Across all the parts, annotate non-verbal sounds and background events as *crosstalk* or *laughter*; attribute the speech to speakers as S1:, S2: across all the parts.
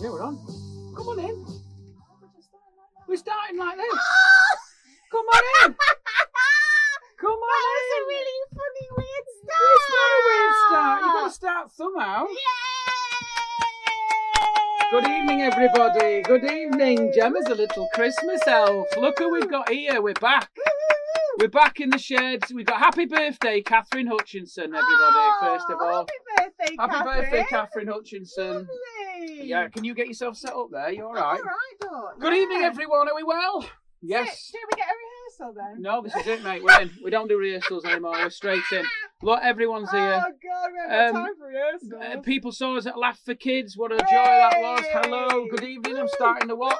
S1: Yeah, we're on. Come on in. We're starting like
S2: *laughs*
S1: this. Come on in. Come
S2: That was a
S1: on in.
S2: really funny, weird start.
S1: It's not a weird start. You've got to start somehow.
S2: Yay!
S1: Good evening, everybody. Good evening. Gemma's a little Christmas elf. Look who we've got here. We're back. We're back in the sheds. We've got happy birthday, Catherine Hutchinson, everybody,
S2: Oh,
S1: first of all.
S2: Happy birthday,
S1: Happy
S2: Catherine.
S1: birthday, Catherine Hutchinson.
S2: Lovely.
S1: Yeah, can you get yourself set up there? You all
S2: I'm
S1: right?
S2: all right, Dot.
S1: Good
S2: Yeah.
S1: evening, everyone. Are we well?
S2: Shall-
S1: Yes.
S2: Shall we get a rehearsal then?
S1: No, this is it, mate. We're in. We don't do rehearsals anymore. We're straight in. Look, everyone's
S2: Oh,
S1: here.
S2: God, we haven't
S1: Um,
S2: got time for rehearsal.
S1: Uh, people saw us at Laugh for Kids. What a joy that was.
S2: Hey!
S1: Hello. Good evening. I'm
S2: Woo!
S1: starting the watch.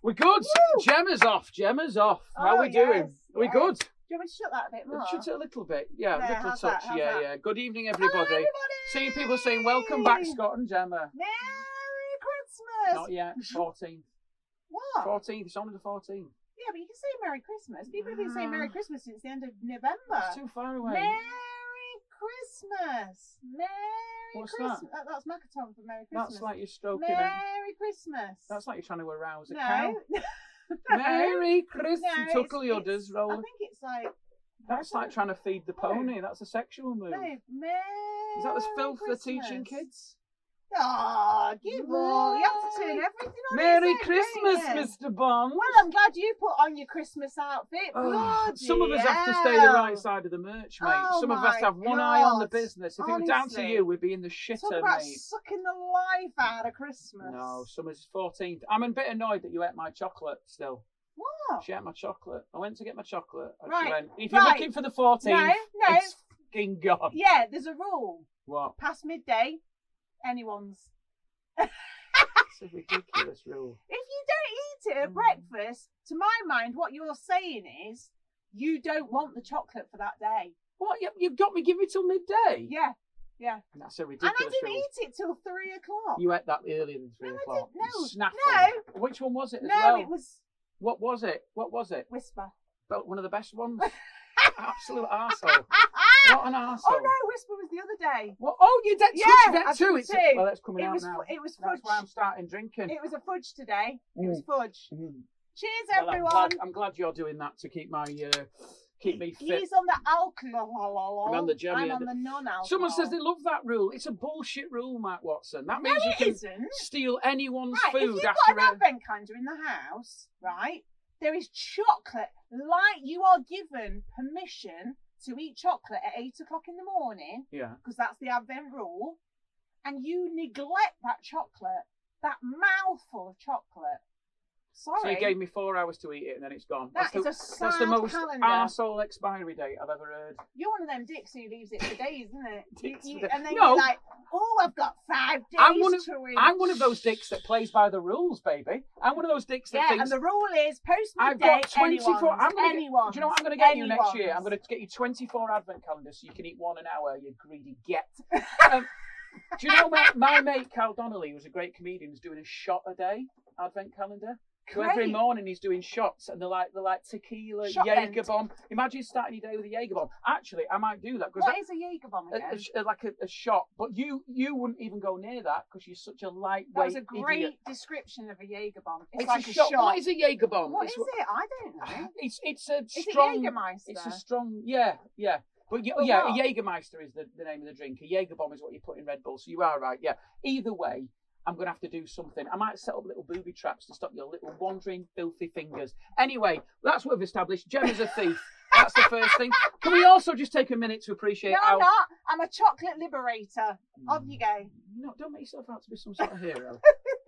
S1: We're good.
S2: Woo!
S1: Gemma's off. Gemma's off. How
S2: Oh,
S1: we doing?
S2: yes,
S1: we
S2: yes.
S1: good?
S2: Do you want me to shut that a bit more?
S1: Should it a little bit. Yeah,
S2: Yeah,
S1: a little
S2: how's that?
S1: touch.
S2: How's
S1: yeah,
S2: that?
S1: yeah. Good evening,
S2: Hello,
S1: everybody.
S2: everybody.
S1: Seeing people saying, Welcome back, Scott and Gemma.
S2: Merry Christmas.
S1: Not yet. 14th.
S2: What?
S1: 14th. It's only the 14th.
S2: Yeah, but you can say Merry Christmas. People have been saying
S1: Ah.
S2: Merry Christmas since the end of November.
S1: It's too far away.
S2: Merry Christmas. Merry
S1: What's
S2: Christmas.
S1: that?
S2: That? that's Macaton for Merry Christmas.
S1: That's like you're stroking it.
S2: Merry Christmas.
S1: That's like you're trying to arouse a cow.
S2: *laughs* no.
S1: Merry Christmas.
S2: No, it's-
S1: Tuckle your
S2: it's-
S1: does
S2: I
S1: roll.
S2: think it's like.
S1: That's like trying to feed the
S2: No.
S1: pony. That's a sexual move.
S2: No, Merry
S1: Is that the filth they're
S2: Christmas.
S1: teaching kids?
S2: Oh, give up. You have to turn
S1: Merry-
S2: everything on
S1: Merry
S2: its head,
S1: Christmas,
S2: don't you?
S1: Mr. Bond.
S2: Well, I'm glad you put on your Christmas outfit.
S1: Ugh,
S2: Bloody
S1: Oh, some of us have to stay the right
S2: hell.
S1: side of the merch, mate.
S2: Oh
S1: some of us
S2: my
S1: have one eye on the
S2: God.
S1: business. If it were down to
S2: Honestly.
S1: you, we'd be in the shitter,
S2: Talk about
S1: mate.
S2: sucking the life out of Christmas.
S1: No, summer's 14th. I'm a bit annoyed that you ate my chocolate still.
S2: What?
S1: She ate my chocolate. I went to get my chocolate. And she
S2: Right,
S1: went, if you're
S2: right.
S1: looking for the 14th,
S2: No, no.
S1: it's fucking gone.
S2: Yeah, there's a rule. *laughs*
S1: What?
S2: Past midday, anyone's.
S1: It's a ridiculous rule.
S2: If you don't eat it at
S1: Mm.
S2: breakfast, to my mind, what you're saying is you don't want the chocolate for that day.
S1: What? You, you've got me give it till midday?
S2: Yeah, yeah.
S1: That's a
S2: And
S1: ridiculous
S2: I didn't
S1: rule.
S2: eat it till three o'clock.
S1: You ate that earlier than three
S2: No, I
S1: o'clock.
S2: didn't-
S1: You
S2: no,
S1: snaffle.
S2: no.
S1: Which one was it as
S2: no,
S1: well?
S2: it was
S1: What was it? What was it? *laughs*
S2: Whisper.
S1: But one of the best
S2: *laughs*
S1: ones. Absolute arsehole. What an arsehole.
S2: Oh no, Whisper was the other day.
S1: What? Oh, you did
S2: Yeah,
S1: touch that
S2: I've
S1: too.
S2: done
S1: It's
S2: two.
S1: well, that's coming
S2: It
S1: out
S2: was
S1: now.
S2: fu- it was
S1: That's why I'm
S2: fudge.
S1: starting drinking.
S2: *laughs* It was a fudge today. It was
S1: Mm.
S2: fudge.
S1: Mm.
S2: Cheers,
S1: Well, I'm, glad,
S2: everyone.
S1: I'm glad you're doing that to keep my uh, keep me fit.
S2: He's on the alcohol.
S1: I'm on the gem,
S2: I'm
S1: yeah.
S2: on the non-alcohol.
S1: Someone says they love that rule. It's a bullshit rule, Matt Watson. That
S2: No,
S1: means you
S2: it
S1: can
S2: isn't.
S1: steal anyone's
S2: Right, if
S1: food
S2: you've
S1: after
S2: got an
S1: a-
S2: advent calendar in the house, right, there is chocolate. Like you are given permission to eat chocolate at eight o'clock in the morning
S1: Yeah.
S2: because that's the advent rule, and you neglect that chocolate, that mouthful of chocolate. Sorry,
S1: So you gave me four hours to eat it and then it's gone.
S2: that
S1: that's
S2: is
S1: the,
S2: a sad
S1: that's the most
S2: calendar.
S1: arsehole expiry date I've ever heard.
S2: You're one of them dicks who leaves it for days, isn't it? You-
S1: Dicks
S2: you-
S1: for da-
S2: and then
S1: No.
S2: you're like, oh, I've got five days
S1: I'm one of-
S2: to eat.
S1: I'm one of those dicks that plays by the rules, baby. I'm one of those dicks that
S2: Yeah,
S1: thinks
S2: and the rule is post midday.
S1: I've got 24.
S2: Anyone's,
S1: I'm gonna
S2: anyone's,
S1: Get, do you know what I'm going to get you next
S2: anyone's.
S1: year? I'm going to get you 24 advent calendars so you can eat one an hour, you greedy get.
S2: *laughs*
S1: Um, do you know my, my mate Carl Donnelly, who's a great comedian, is doing a shot a day advent calendar? So every
S2: Great.
S1: morning he's doing shots and they're like they're like tequila,
S2: Shot
S1: Jaeger
S2: bent.
S1: bomb. Imagine starting your day with a Jaeger bomb. Actually, I might do that because
S2: What is a Jaeger bomb
S1: a, a
S2: again?
S1: sh- like a, a shot. But you you wouldn't even go near that because you're such a lightweight.
S2: That was a great
S1: idiot.
S2: description of a Jaeger bomb. It's,
S1: It's,
S2: like
S1: a, shot. What is a Jaeger bomb?
S2: What
S1: It's
S2: is it? I
S1: *sighs*
S2: don't know.
S1: It's it's a
S2: Is
S1: strong.
S2: it Jägermeister?
S1: it's a strong. Yeah, yeah. But yeah,
S2: But
S1: yeah a
S2: what?
S1: Jägermeister is the, the name of the drink. A Jaeger bomb is what you put in Red Bull. So you are right. Yeah. Either way, I'm gonna have to do something. I might set up little booby traps to stop your little wandering filthy fingers. Anyway, that's what we've established. Gemma's a thief. That's the first thing. Can we also just take a minute to appreciate
S2: no,
S1: our
S2: I'm not. I'm a chocolate liberator. Off you go.
S1: No, don't make yourself out to be some sort of hero.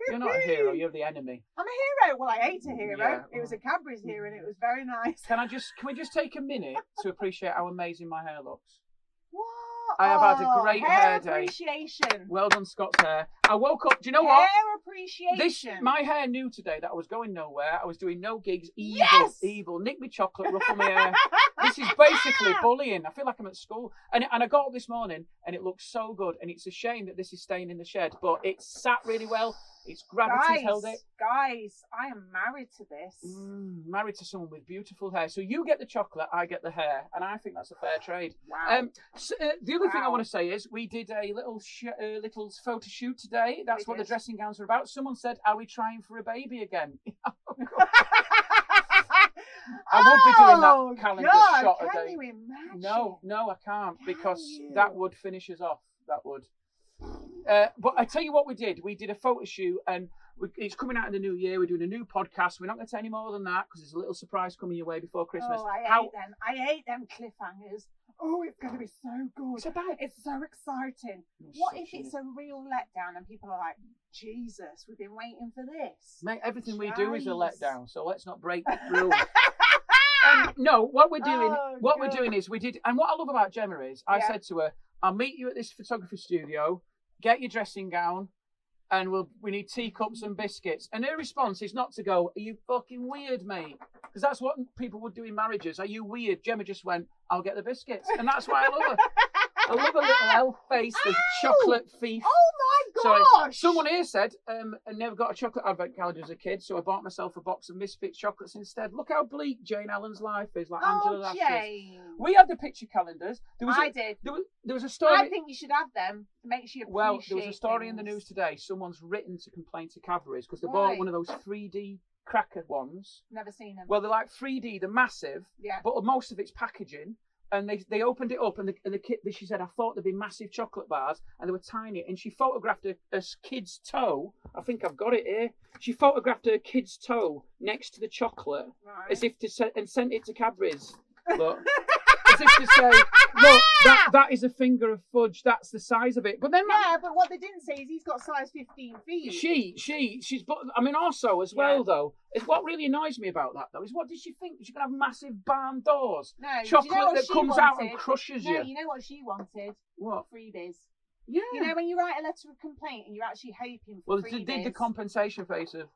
S1: you're not a hero, you're the enemy.
S2: I'm a hero. Well, I ate a hero.
S1: Yeah,
S2: it was
S1: well.
S2: a Cadbury's hero, and it was very nice. *laughs*
S1: Can I just can we just take a minute to appreciate how amazing my hair looks?
S2: What?
S1: I have had a
S2: Oh,
S1: great hair
S2: hair
S1: day.
S2: appreciation.
S1: Well done, Scott's hair. I woke up. Do you know what?
S2: hair
S1: This
S2: appreciation. *laughs*
S1: my hair knew today that I was going nowhere. I was doing no gigs. Evil,
S2: Yes!
S1: evil. Nick me chocolate, ruffle my
S2: *laughs*
S1: hair. This is
S2: Ah!
S1: basically bullying. I feel like I'm at school. And and I got up this morning and it looks so good. And it's a shame that this is staying in the shed, but it sat really well. It's gravity's held it.
S2: guys, I am married to this.
S1: Mm, married to someone with beautiful hair. So you get the chocolate, I get the hair, and I think that's a fair trade.
S2: Wow. *laughs*
S1: Um, s uh, the other thing I
S2: Wow.
S1: want to say is we did a little sh- uh, little photo shoot today. That's
S2: We
S1: what the
S2: did.
S1: dressing gowns were about. Someone said, "Are we trying for a baby again?" I would be doing that
S2: Oh,
S1: calendar
S2: God,
S1: shot a
S2: Can
S1: day.
S2: you imagine?
S1: no, no, I can't because
S2: Can
S1: that
S2: you?
S1: would finish us off. That would. Uh, but I tell you what, we did. We did a photo shoot, and we, it's coming out in the new year. We're doing a new podcast. We're not going to say any more than that because there's a little surprise coming your way before Christmas.
S2: Oh, I
S1: How-
S2: hate them. I hate them cliffhangers. Oh, it's going to be so
S1: it's
S2: good.
S1: about
S2: It's so exciting.
S1: You're
S2: What
S1: such
S2: if
S1: an
S2: it's a real letdown and people are like, Jesus, we've been waiting for this?
S1: Mate, everything we do is a
S2: Jeez.
S1: letdown, so let's not break the rule.
S2: *laughs*
S1: um, no, what we're doing,
S2: Oh,
S1: what we're
S2: God.
S1: doing is we did, and what I love about Gemma is, I
S2: Yeah.
S1: said to her, "I'll meet you at this photography studio. Get your dressing gown, and we'll we need teacups and biscuits." And her response is not to go, "Are you fucking weird, mate?" Because that's what people would do in marriages. Are you weird? Gemma just went, "I'll get the biscuits," and that's why I love her. I love a little elf face, the
S2: Ow!
S1: chocolate thief.
S2: *laughs* Oh my
S1: Sorry,
S2: gosh!
S1: Someone here said, um, I never got a chocolate advent calendar as a kid, so I bought myself a box of Misfit chocolates instead. Look how bleak Jane Allen's life is, like Angela
S2: Oh,
S1: Lasher's.
S2: Jane.
S1: We had the picture calendars. There was,
S2: I
S1: a,
S2: did.
S1: there was, there was a
S2: I
S1: story.
S2: think you should have them to make sure you appreciate
S1: Well, there was a story in the
S2: things.
S1: news today. Someone's written to complain to Cadbury's because they bought
S2: Why?
S1: one of those 3D cracker ones.
S2: Never seen them.
S1: Well, they're like 3D, they're massive,
S2: yeah.
S1: but most of it's packaging. And they, they opened it up, and the, and the kid, she said, I thought there'd be massive chocolate bars, and they were tiny. And she photographed a, a s- kid's toe. I think I've got it here. She photographed her kid's toe next to the chocolate
S2: Right.
S1: as if to se- and sent it to Cadbury's. Look, as if to say, look, that, that is a finger of fudge. That's the size of it. But then that-
S2: yeah, but what they didn't say is he's got size 15 feet.
S1: she, she, she's. But I mean, also as well
S2: Yeah.
S1: though, is what really annoys me about that though is what did she think? She's gonna have massive barn doors,
S2: no, do
S1: chocolate
S2: you know what
S1: that
S2: she
S1: comes
S2: wanted?
S1: out and crushes
S2: No,
S1: you.
S2: you know what she wanted?
S1: What?
S2: Freebies.
S1: Yeah.
S2: You know when you write a letter of complaint and you're actually hoping for
S1: well,
S2: freebies.
S1: they did the compensation face of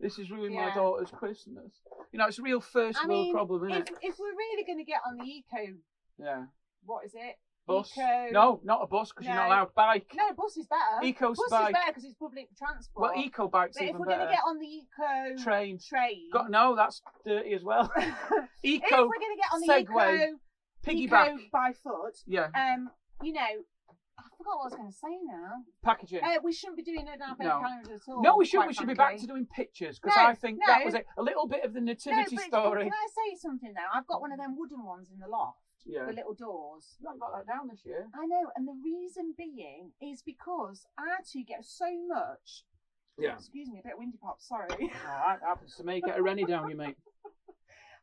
S1: this is ruining my
S2: Yeah.
S1: daughter's Christmas. You know, it's a real first
S2: I
S1: world
S2: mean,
S1: problem, isn't
S2: if,
S1: it?
S2: if we're really going to get on the eco,
S1: Yeah.
S2: what is it?
S1: Bus.
S2: Eco.
S1: No, not a bus because you're not
S2: No.
S1: allowed bike.
S2: No, bus is better.
S1: Eco
S2: bus
S1: bike.
S2: is better because it's public transport.
S1: Well, eco bike's
S2: but if
S1: even
S2: we're going
S1: better.
S2: to get on the eco
S1: Train.
S2: *laughs* train,
S1: Got no, that's dirty as well.
S2: *laughs* if
S1: eco
S2: we're going to get on the
S1: Segway.
S2: eco,
S1: piggyback.
S2: eco by foot,
S1: Yeah,
S2: um, you know, I forgot what I was going to say now.
S1: packaging.
S2: Uh, we shouldn't be doing an advent
S1: No.
S2: calendar at all.
S1: no, we should.
S2: Oh, quite
S1: We should be back to
S2: frankly.
S1: doing pictures because
S2: No,
S1: I think that
S2: no.
S1: was it. A little bit of the nativity
S2: no, but
S1: story.
S2: Can I say something now? I've got one of them wooden ones in the loft,
S1: Yeah,
S2: the little doors.
S1: we haven't got that down this year.
S2: I know, and the reason being is because I two get so much.
S1: Yeah.
S2: Excuse me, a bit of windy pop. Sorry, *laughs*
S1: Oh, that happens to me. Get a rennie down, you mate.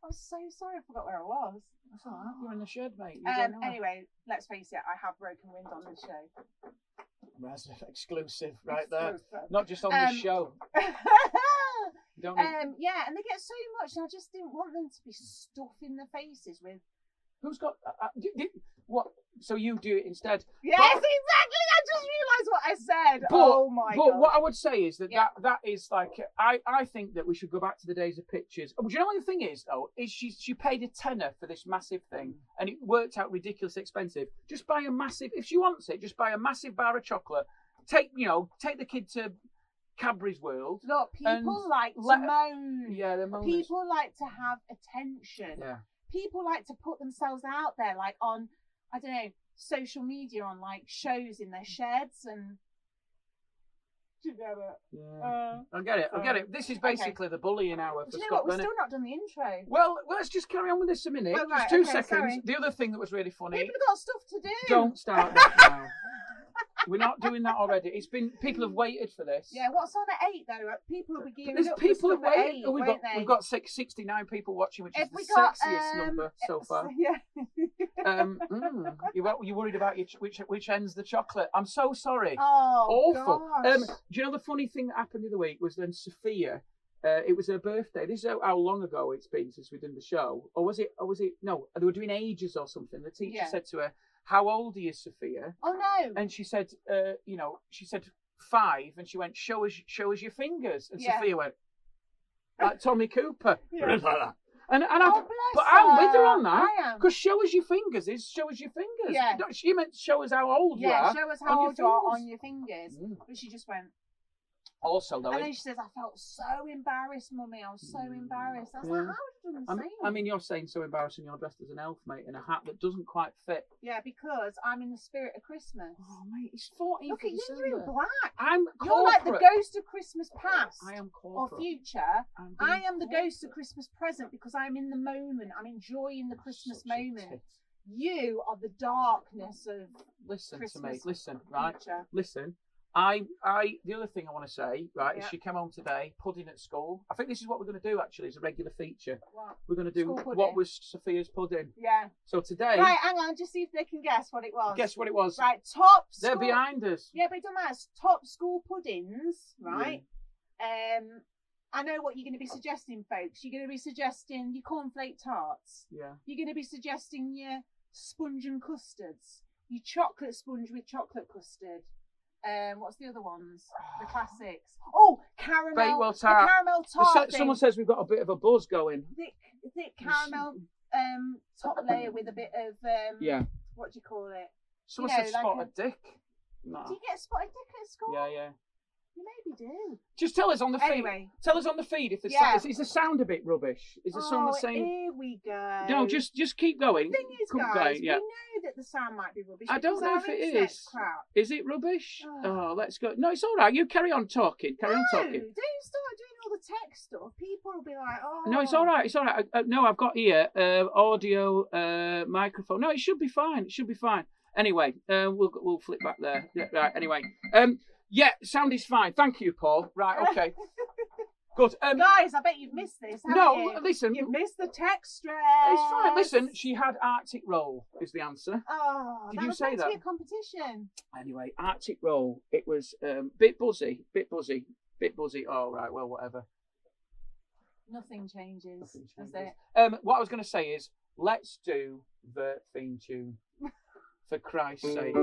S2: I'm so sorry. I forgot where I was.
S1: That's all right. You're in the shed, mate. You
S2: Um,
S1: don't know.
S2: anyway, let's face it, I have broken wind on this show.
S1: That's exclusive right there.
S2: Exclusive.
S1: Not just on
S2: Um,
S1: this show. *laughs* You Don't.
S2: *laughs* um, yeah, and they get so much, and I just didn't want them to be stuffed in their faces with
S1: who's got uh, uh, d- d- what? So you do it instead.
S2: Yes, exactly. I just realised what I said.
S1: But-
S2: oh my
S1: but
S2: god.
S1: what I would say is that,
S2: Yeah.
S1: that that is like I, I think that we should go back to the days of pictures. Oh, Do you know what the thing is though? Is she she paid a tenner for this massive thing and it worked out ridiculously expensive. Just buy a massive if she wants it. Just buy a massive bar of chocolate. Take you know take the kid to Cadbury's World.
S2: Look,
S1: and
S2: people like to
S1: let-
S2: moan.
S1: Yeah, the moment.
S2: People like to have attention.
S1: Yeah.
S2: People like to put themselves out there, like on, I don't know, social media, on like shows in their sheds and. Do you get it?
S1: yeah.
S2: Uh,
S1: I get it. I get it. This is
S2: okay.
S1: basically the bullying hour for
S2: do you know what? We've
S1: Scotland.
S2: still not done the intro.
S1: Well, let's just carry on with this a minute.
S2: Oh, right,
S1: just two
S2: okay,
S1: seconds.
S2: sorry.
S1: The other thing that was really funny.
S2: People have got stuff to do.
S1: Don't start that
S2: *laughs*
S1: now. We're not doing that already. It's been people have waited for this.
S2: Yeah, what's on at eight though? People will be gearing
S1: There's
S2: up. for
S1: people have
S2: stuff at
S1: waited.
S2: eight,
S1: Oh, we've got
S2: won't they? *laughs*
S1: we've got six, 69 people watching, which
S2: Have
S1: is the
S2: we got,
S1: sexiest
S2: um,
S1: number
S2: *laughs*
S1: so far.
S2: Yeah.
S1: Um, mm, you wo- you worried about your ch- which which ends the chocolate? I'm so sorry.
S2: Oh,
S1: Awful.
S2: Gosh.
S1: Um, do you know the funny thing that happened the other week was then Sophia. Uh, it was her birthday. This is how, how long ago it's been since we did the show, or was it? Or was it? No, they were doing ages or something. The teacher
S2: Yeah.
S1: said to her, "How old are you, Sophia?"
S2: oh no.
S1: and she said, uh, you know, she said five, and she went, show us, show us your fingers, and
S2: Yeah.
S1: Sophia went, like Tommy Cooper, *laughs*
S2: Yeah.
S1: and and I,
S2: oh, bless
S1: but I'm with her on that.
S2: I am.
S1: because show us your fingers is show us your fingers.
S2: Yeah.
S1: No, She meant show us how old
S2: Yeah,
S1: you
S2: show us
S1: on
S2: how
S1: your
S2: old you are
S1: fingers.
S2: on your fingers.
S1: are. Mm.
S2: But she just went,
S1: Also, though,
S2: and
S1: it-
S2: then she says, I felt so embarrassed, mummy. I was so embarrassed. I was like,
S1: Yeah.
S2: Mm, I would have
S1: I
S2: done the
S1: mean,
S2: same.
S1: I mean, you're saying so embarrassing. You're dressed as an elf, mate, in a hat that doesn't quite fit.
S2: yeah, because I'm in the spirit of Christmas.
S1: Oh, mate, it's 14th
S2: Look
S1: of
S2: at you,
S1: December.
S2: you're in black.
S1: I'm
S2: You're
S1: corporate.
S2: like the ghost of Christmas past
S1: I am
S2: or
S1: corporate.
S2: future.
S1: I'm being
S2: I am the
S1: corporate.
S2: ghost of Christmas present because I'm in the moment. I'm enjoying the Christmas
S1: Oh, Such a
S2: moment.
S1: tit.
S2: You are the darkness of
S1: Listen to me.
S2: Christmas.
S1: Listen, right?
S2: future.
S1: Listen. I, I, the other thing I want to say, right, is
S2: Yeah.
S1: she came home today, pudding at school. I think this is what we're going to do actually as a regular feature.
S2: What?
S1: We're going to do
S2: School
S1: what
S2: pudding.
S1: was Sophia's pudding.
S2: Yeah.
S1: So today,
S2: Right, hang on, just see if they can guess what it was.
S1: guess what it was?
S2: Right, top
S1: They're
S2: school-
S1: behind us.
S2: Yeah, but it doesn't matter. It's top school puddings, right? Um, I know what you're going to be suggesting, folks. You're going to be suggesting your cornflake tarts.
S1: Yeah.
S2: You're going to be suggesting your sponge and custards. Your chocolate sponge with chocolate custard. Um, what's the other ones? The classics. Oh, caramel.
S1: Bakewell
S2: the
S1: tart.
S2: caramel
S1: They
S2: tart.
S1: said-
S2: thing.
S1: someone says we've got a bit of a buzz going.
S2: thick, thick caramel um, top layer with a bit of um,
S1: Yeah.
S2: What do you call it?
S1: Someone
S2: know,
S1: said
S2: like
S1: spot
S2: a-
S1: a dick. No.
S2: Do you get spotted dick at school?
S1: Yeah, yeah.
S2: You maybe do.
S1: Just tell us on the feed.
S2: Anyway.
S1: Tell us on the feed if the
S2: Yeah.
S1: sound, is, is the sound a bit rubbish? Is the sound the same?
S2: oh, Here we go.
S1: No, just just keep going.
S2: The thing is,
S1: Keep
S2: guys,
S1: going,
S2: we know that the sound might be rubbish.
S1: I don't
S2: because
S1: know
S2: our
S1: if it
S2: internet
S1: is.
S2: Crap.
S1: Is it
S2: *sighs*
S1: rubbish?
S2: Ah.
S1: Oh, let's go. No, it's all right. You carry on talking. Carry on
S2: no,
S1: talking.
S2: don't start doing all the tech stuff. People will be like, oh.
S1: No, it's all right. It's all right. I, I, no, I've got here uh, audio uh, microphone. No, it should be fine. It should be fine. Anyway, uh, we'll we'll flip back there. Yeah, right. Anyway, um, yeah, sound is fine. Thank you, Paul. Right.
S2: *laughs*
S1: Okay. Good. Um,
S2: Guys, I bet you've missed this. Haven't
S1: no,
S2: you?
S1: listen.
S2: you've missed the tech stress.
S1: It's fine. Listen, she had Arctic roll is the answer.
S2: Oh,
S1: Did
S2: that
S1: you
S2: was
S1: say
S2: meant to be
S1: that?
S2: a competition.
S1: Anyway, Arctic roll. It was um, bit buzzy, bit buzzy, bit buzzy. Oh right, well whatever.
S2: Nothing changes.
S1: Nothing
S2: Does
S1: changes.
S2: it?
S1: Um, what I was going to say is, let's do the theme tune for Christ's sake.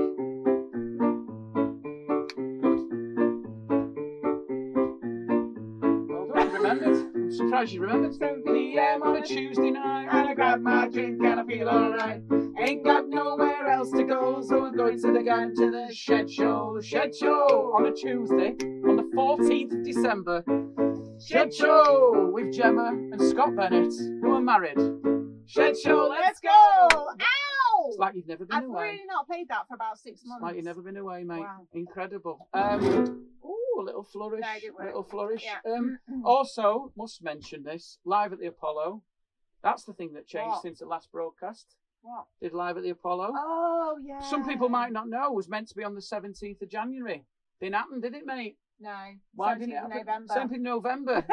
S1: Well done, you remembered. I'm surprised you remembered. 7 p.m. on a Tuesday night, and I grab my drink and I feel alright. Ain't got nowhere else to go, so I'm going to the guy to the shed show. Shed show on a Tuesday, on the 14th of December. Shed Show with Gemma and Scott Bennett, who are married. Shed Show, let's go!
S2: Ow!
S1: It's like you've never been
S2: I've
S1: away.
S2: really not played that for about six
S1: It's
S2: months.
S1: like you've never been away, mate.
S2: Wow.
S1: Incredible. Um, ooh, a little flourish.
S2: No, it didn't work.
S1: little flourish.
S2: Yeah. Mm.
S1: Um,
S2: *clears throat*
S1: also, must mention this live at the Apollo. That's the thing that changed
S2: What?
S1: since the last broadcast.
S2: What?
S1: Did live at the Apollo.
S2: Oh, yeah.
S1: Some people might not know, it was meant to be on the 17th of January. Didn't happen, did it, mate?
S2: No.
S1: Why
S2: seventeenth
S1: didn't it
S2: of
S1: happen?
S2: November.
S1: 17th of November.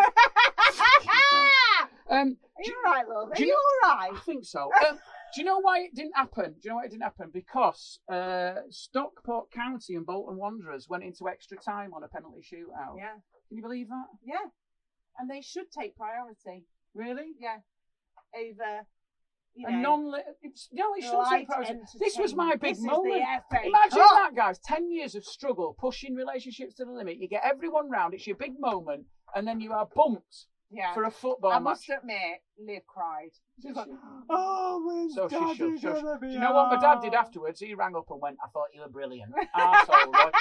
S2: Are
S1: um,
S2: *laughs* you alright, love? Are
S1: do
S2: you,
S1: you
S2: alright?
S1: I think so.
S2: Ah.
S1: Um, do you know why it didn't happen? Do you know why it didn't happen? Because uh, Stockport County and Bolton Wanderers went into extra time on a penalty shootout.
S2: Yeah.
S1: Can you believe that?
S2: Yeah. And they should take priority.
S1: Really?
S2: Yeah. Over. You
S1: And
S2: know,
S1: non No, it shouldn't
S2: light
S1: take priority. This was
S2: entertainment.
S1: my big
S2: This is the Oh,
S1: moment.
S2: FA
S1: Imagine
S2: Cup.
S1: that, guys. 10 years of struggle, pushing relationships to the limit. You get everyone round, it's your big moment, and then you are bumped
S2: Yeah.
S1: for a football
S2: I
S1: match.
S2: must admit, Liv cried. She *laughs* was like,
S1: Did she?
S2: "Oh, when's
S1: So she
S2: Daddy
S1: should, so she-
S2: gonna be
S1: Do you know what my dad did
S2: *laughs* out?"
S1: afterwards? He rang up and went, I thought you were brilliant. Arsehole, right?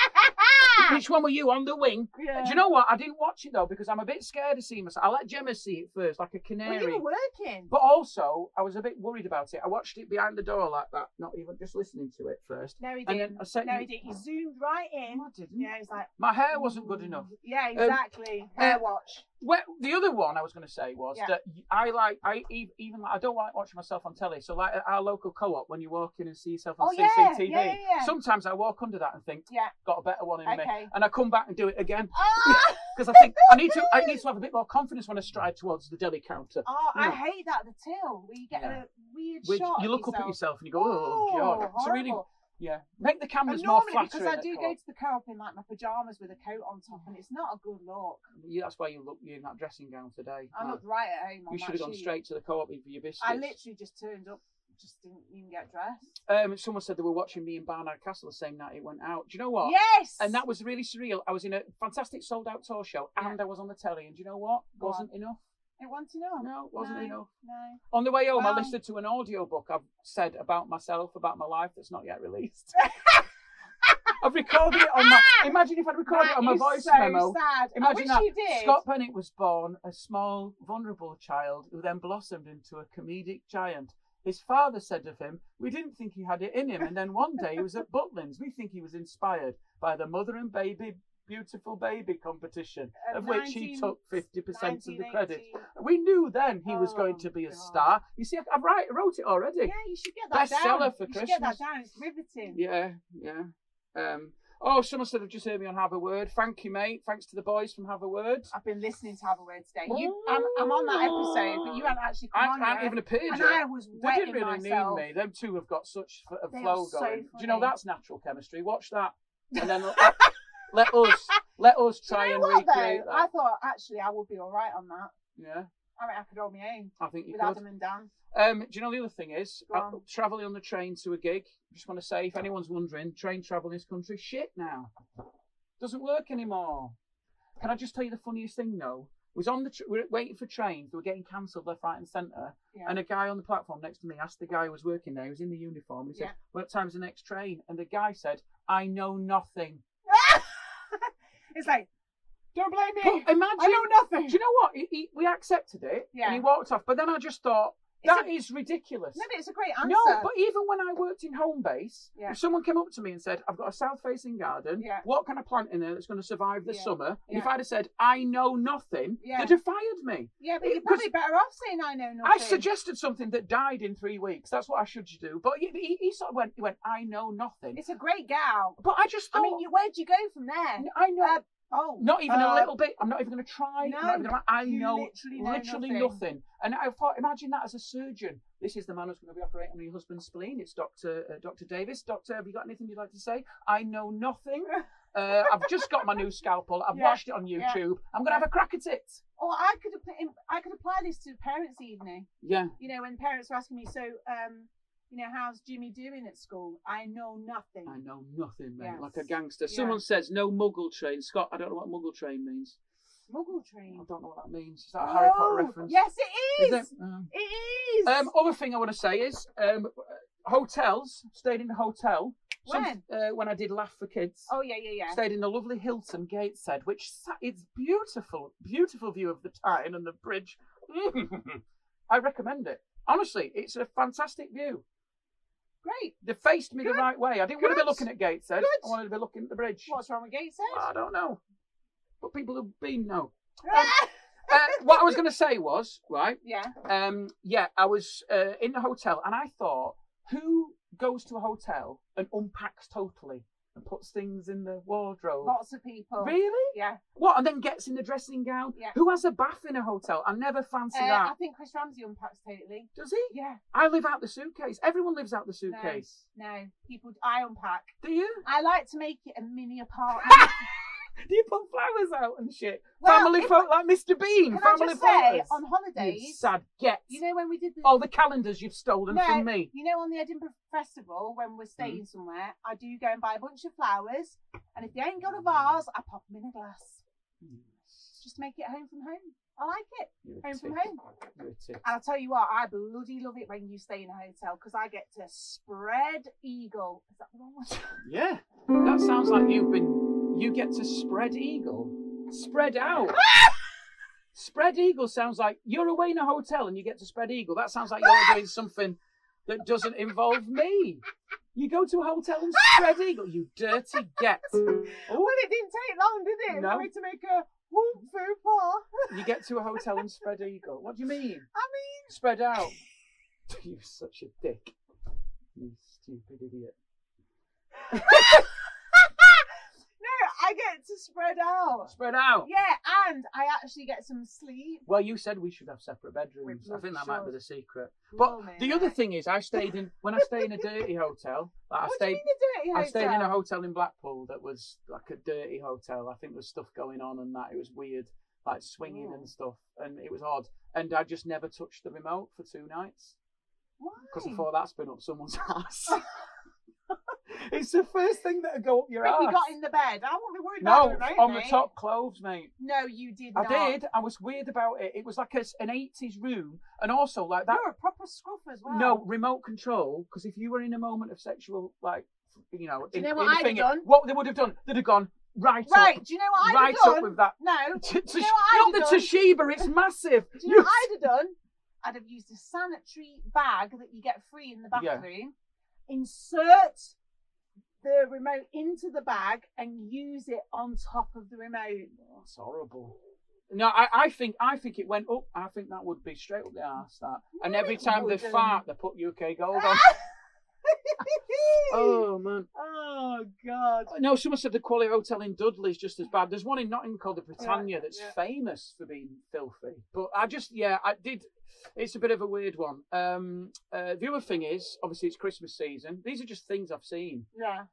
S1: Which one were you on the wing?
S2: *laughs* Yeah.
S1: Do you know what? I didn't watch it though because I'm a bit scared of seeing myself. I let Gemma see it first, like a
S2: Well,
S1: canary.
S2: you were working.
S1: but also, I was a bit worried about it. I watched it behind the door like that, not even just listening to it first.
S2: No, he
S1: And
S2: didn't.
S1: then I said,
S2: No, he didn't. He zoomed right in.
S1: No, I didn't.
S2: Yeah, he's like, mm-hmm.
S1: My hair wasn't good enough. Um,
S2: Yeah, exactly. Hair
S1: uh,
S2: watch.
S1: Well, the other one I was going to say was
S2: Yeah.
S1: that I like, I e- even like, I don't like watching myself on telly. So like at our local co-op, when you walk in and see yourself on
S2: Oh, yeah,
S1: CCTV,
S2: yeah, yeah, yeah.
S1: sometimes I walk under that and think,
S2: Yeah.
S1: got a better one in me,
S2: Okay.
S1: and I come back and do it again *laughs*
S2: Oh,
S1: because I think I need to, I need to have a bit more confidence when I stride towards the deli counter.
S2: oh, I
S1: Yeah.
S2: hate that. The till where you get
S1: Yeah.
S2: a weird
S1: Where
S2: shot.
S1: you
S2: of
S1: look up at yourself
S2: yourself.
S1: and you go, oh, god,
S2: horrible.
S1: it's a really yeah. Make the
S2: And
S1: cameras more
S2: normally,
S1: flattering.
S2: because I
S1: at
S2: do go
S1: co-op.
S2: to the co-op in like my pajamas with a coat on top, and it's not a good look.
S1: Yeah, that's why you look you in that dressing gown today.
S2: I
S1: man.
S2: looked right at home. on
S1: you
S2: that
S1: should have gone
S2: shoot.
S1: straight to the co-op for your biscuits.
S2: I literally just turned up, just didn't even get dressed.
S1: Um, someone said they were watching me in Barnard Castle the same night it went out. Do you know what?
S2: Yes.
S1: And that was really surreal. I was in a fantastic sold out tour show and I was on the telly. And do you know what?
S2: Go on.
S1: wasn't enough.
S2: it wasn't enough.
S1: No, wasn't
S2: No.
S1: enough.
S2: No.
S1: On the way home,
S2: Wow.
S1: I listened to an
S2: *laughs*
S1: audiobook I've said about myself, about my life that's not yet released. I've recorded it on my. Imagine if I'd recorded it on my
S2: Ah! is
S1: voice
S2: so
S1: memo.
S2: sad.
S1: Imagine
S2: I
S1: that.
S2: wish you did.
S1: Scott Pennick was born a small, vulnerable child who then blossomed into a comedic giant. His father said of him, We didn't think he had it in him. And then one day he was at Butlins. We think he was inspired by the mother and baby, beautiful baby competition,
S2: At
S1: of which he
S2: 19
S1: took 50% of the credit.
S2: 1980.
S1: We knew then he was
S2: Oh,
S1: going to be a
S2: God.
S1: star. You see, I- I've write, wrote it already.
S2: Yeah, you should get that down.
S1: Bestseller for
S2: you should get
S1: Christmas.
S2: that down. It's riveting.
S1: Yeah, yeah. Um, oh, someone said they've just heard me on Have a Word. Thank you, mate. Thanks to the boys from Have a Word.
S2: I've been listening to Have a Word today. You, I'm, I'm on that episode, but you haven't actually
S1: I
S2: come on
S1: can't
S2: yet.
S1: even appear
S2: Oh, and
S1: yet.
S2: I was
S1: They didn't
S2: wetting
S1: really
S2: myself.
S1: need me. Them two have got such f- a
S2: They are
S1: flow
S2: so
S1: going. Do you know
S2: funny.
S1: that's natural chemistry? Watch that, and
S2: *laughs*
S1: then let, let us let us
S2: Do
S1: try
S2: you know
S1: and
S2: what,
S1: recreate
S2: though? I
S1: that.
S2: thought actually I would be all right on that.
S1: Yeah,
S2: I mean, I could hold my own
S1: I think you
S2: with
S1: could.
S2: Adam and Dan.
S1: Um, do you know the other thing is
S2: Go on.
S1: uh, traveling on the train to a gig? Just want to say, if anyone's wondering, train travel in this country is shit now. Doesn't work anymore. Can I just tell you the funniest thing though? Was on the tr- we were waiting for trains. They were getting cancelled left, right, and centre.
S2: Yeah.
S1: And a guy on the platform next to me asked the guy who was working there. He was in the uniform. He said,
S2: Yeah.
S1: "What time's the next train?" And the guy said, "I know nothing."
S2: it's like, don't blame
S1: But
S2: me.
S1: imagine.
S2: I know nothing.
S1: do you know what? He, he, we accepted it,
S2: Yeah.
S1: and he walked off. But then I just thought
S2: It's
S1: that
S2: a-
S1: is ridiculous.
S2: no, but it's a great answer.
S1: No, but even when I worked in home base,
S2: Yeah.
S1: if someone came up to me and said, I've got a south facing garden,
S2: Yeah.
S1: what can I plant in there that's going to survive the
S2: Yeah.
S1: summer? And if
S2: Yeah.
S1: I'd have said, I know nothing,
S2: Yeah.
S1: they'd have fired me.
S2: yeah, but
S1: it-
S2: you're probably better off saying I know nothing.
S1: I suggested something that died in three weeks. That's what I should do. But he, he, he sort of went, he went, I know nothing.
S2: It's a great gal.
S1: but I just thought,
S2: I mean, you, where'd you go from there?
S1: "N- I know,
S2: uh, oh,
S1: Oh. not even a
S2: uh,
S1: little bit. I'm not even going to try. I'm
S2: no,
S1: not even gonna, I
S2: you
S1: know
S2: literally, know
S1: literally
S2: nothing.
S1: nothing. And I thought, imagine that as a surgeon. This is the man who's going to be operating on your husband's spleen. It's Doctor uh, Doctor Davis. Doctor, have you got anything you'd like to say? I know
S2: *laughs*
S1: nothing. Uh, I've just got my new scalpel. I've
S2: Yeah,
S1: watched it on YouTube.
S2: yeah,
S1: I'm going to have a crack at it.
S2: Or I could app- I could apply this to parents' evening.
S1: Yeah,
S2: You know, when parents were asking me, so um, you know, how's Jimmy doing at school? I know nothing.
S1: I know nothing, mate.
S2: Yes.
S1: Like a gangster.
S2: Yeah.
S1: Someone says no Muggle train. Scott, I don't know what Muggle train means.
S2: Muggle
S1: I
S2: train.
S1: don't know what that means. Is that a Harry Potter
S2: Oh,
S1: reference?
S2: Yes, it is.
S1: it? Um,
S2: It is.
S1: Um, other thing I want to say is um, hotels. Stayed in a hotel. Some- uh, when I did Laugh for Kids.
S2: oh yeah, yeah, yeah.
S1: Stayed in the lovely Hilton Gateshead, which sa- it's beautiful, beautiful view of the Tyne and the
S2: *laughs*
S1: bridge. I recommend it. Honestly, it's a fantastic view.
S2: Great.
S1: They faced me
S2: Good.
S1: the right way. I didn't want to
S2: Good.
S1: be looking at Gateshead.
S2: Good.
S1: I wanted to be looking at the bridge.
S2: What's wrong with Gateshead?
S1: I don't know, but people who've been
S2: *laughs*
S1: know. Uh, what I was going to say was right.
S2: yeah.
S1: Um, yeah, I was uh, in the hotel and I thought, who goes to a hotel and unpacks totally and puts things in the wardrobe?
S2: Lots of people.
S1: Really?
S2: Oh, Yeah.
S1: What? And then gets in the dressing gown?
S2: Yeah.
S1: Who has a bath in a hotel? I never fancy
S2: Uh,
S1: that.
S2: I think Chris Ramsey unpacks totally.
S1: Does he?
S2: Yeah.
S1: I live out the suitcase. Everyone lives out the suitcase.
S2: No, people. I unpack.
S1: Do you? *laughs*
S2: I like to make it a mini apartment.
S1: Do you put flowers out and shit?
S2: Well,
S1: *laughs* family
S2: if-
S1: photo, like Mr. Bean.
S2: Can
S1: family
S2: I just
S1: photos.
S2: say, on holidays,
S1: you
S2: you,
S1: sad Oh, get.
S2: know when we did the
S1: All the calendars you've stolen
S2: No.
S1: from me.
S2: You know, on the Edinburgh Festival, when we're
S1: Hmm.
S2: staying somewhere, I do go and buy a bunch of flowers, and if they ain't got a vase, I pop them in a glass. Just make it home from home. I like it,
S1: You're a
S2: home from
S1: tick.
S2: home.
S1: You're a tick.
S2: And I'll tell you what, I bloody love it when you stay in a hotel because I get to spread eagle. Is that the wrong one? *laughs*
S1: Yeah, that sounds like you've been. You get to spread eagle, spread
S2: *laughs*
S1: out. spread eagle sounds like you're away in a hotel and you get to spread eagle. That sounds like you're doing something that doesn't involve me. You go to a hotel and
S2: *laughs*
S1: spread eagle. You dirty get.
S2: Well, it didn't take long, did it?
S1: No.
S2: For me to make a whoop foo paw.
S1: You get to a hotel and spread eagle. What do you mean?
S2: I mean,
S1: Spread out. *laughs* You're such a dick. You stupid idiot.
S2: *laughs* no, I get to spread out.
S1: Spread out.
S2: Yeah, and I actually get some sleep.
S1: Well, you said we should have separate bedrooms. I
S2: bloody
S1: think that might be
S2: should.
S1: the secret. But
S2: Blimey,
S1: the other
S2: mate.
S1: thing is, I stayed in when I stay in a dirty hotel. Like I
S2: What
S1: stayed,
S2: do you mean a dirty
S1: I stayed in a
S2: hotel?
S1: hotel in Blackpool that was like a dirty hotel. I think there was stuff going on and that it was weird, like swinging
S2: Oh.
S1: and stuff, and it was odd. And I just never touched the remote for two nights because I
S2: Why?
S1: thought that's been up someone's *laughs*
S2: *laughs*
S1: ass. it's the first thing that'll go up your
S2: When
S1: ass.
S2: you got in the bed, I won't be worried about
S1: no,
S2: the remote,
S1: on the
S2: mate.
S1: top clothes, mate.
S2: No, you did
S1: I
S2: not.
S1: did. I was weird about it. It was like a, an 80s room, and also like that
S2: You're a proper scruff as well.
S1: No, remote control. Because if you were in a moment of sexual like you know,
S2: Do
S1: in,
S2: you know
S1: in
S2: what
S1: the
S2: I'd
S1: thing-
S2: done?
S1: what they would have done, they'd have gone right,
S2: Right,
S1: up,
S2: do you know what I'd
S1: right
S2: have done?
S1: up with
S2: *laughs*
S1: that.
S2: No,
S1: T- Tosh-
S2: know what I'd
S1: not the
S2: have
S1: Toshiba,
S2: *laughs*
S1: it's massive.
S2: do you know what I'd have done? I'd have used a sanitary bag that you get free in the
S1: Yeah.
S2: bathroom, insert the remote into the bag, and use it on top of the remote.
S1: *laughs* That's horrible. No, I, I think I think it went up. I think that would be straight up the arse that. and
S2: No,
S1: every
S2: it
S1: time they
S2: wouldn't.
S1: fart, they put UK gold
S2: *laughs* Ah!
S1: on. oh man.
S2: Oh, God.
S1: Uh, No, someone said the Quality Hotel in Dudley's just as bad. There's one in Nottingham called the Britannia that's
S2: yeah.
S1: famous for being filthy. But I just, yeah, I did. It's a bit of a weird one. Um, uh, the other thing is, obviously, it's Christmas season. These are just things I've seen.
S2: Yeah.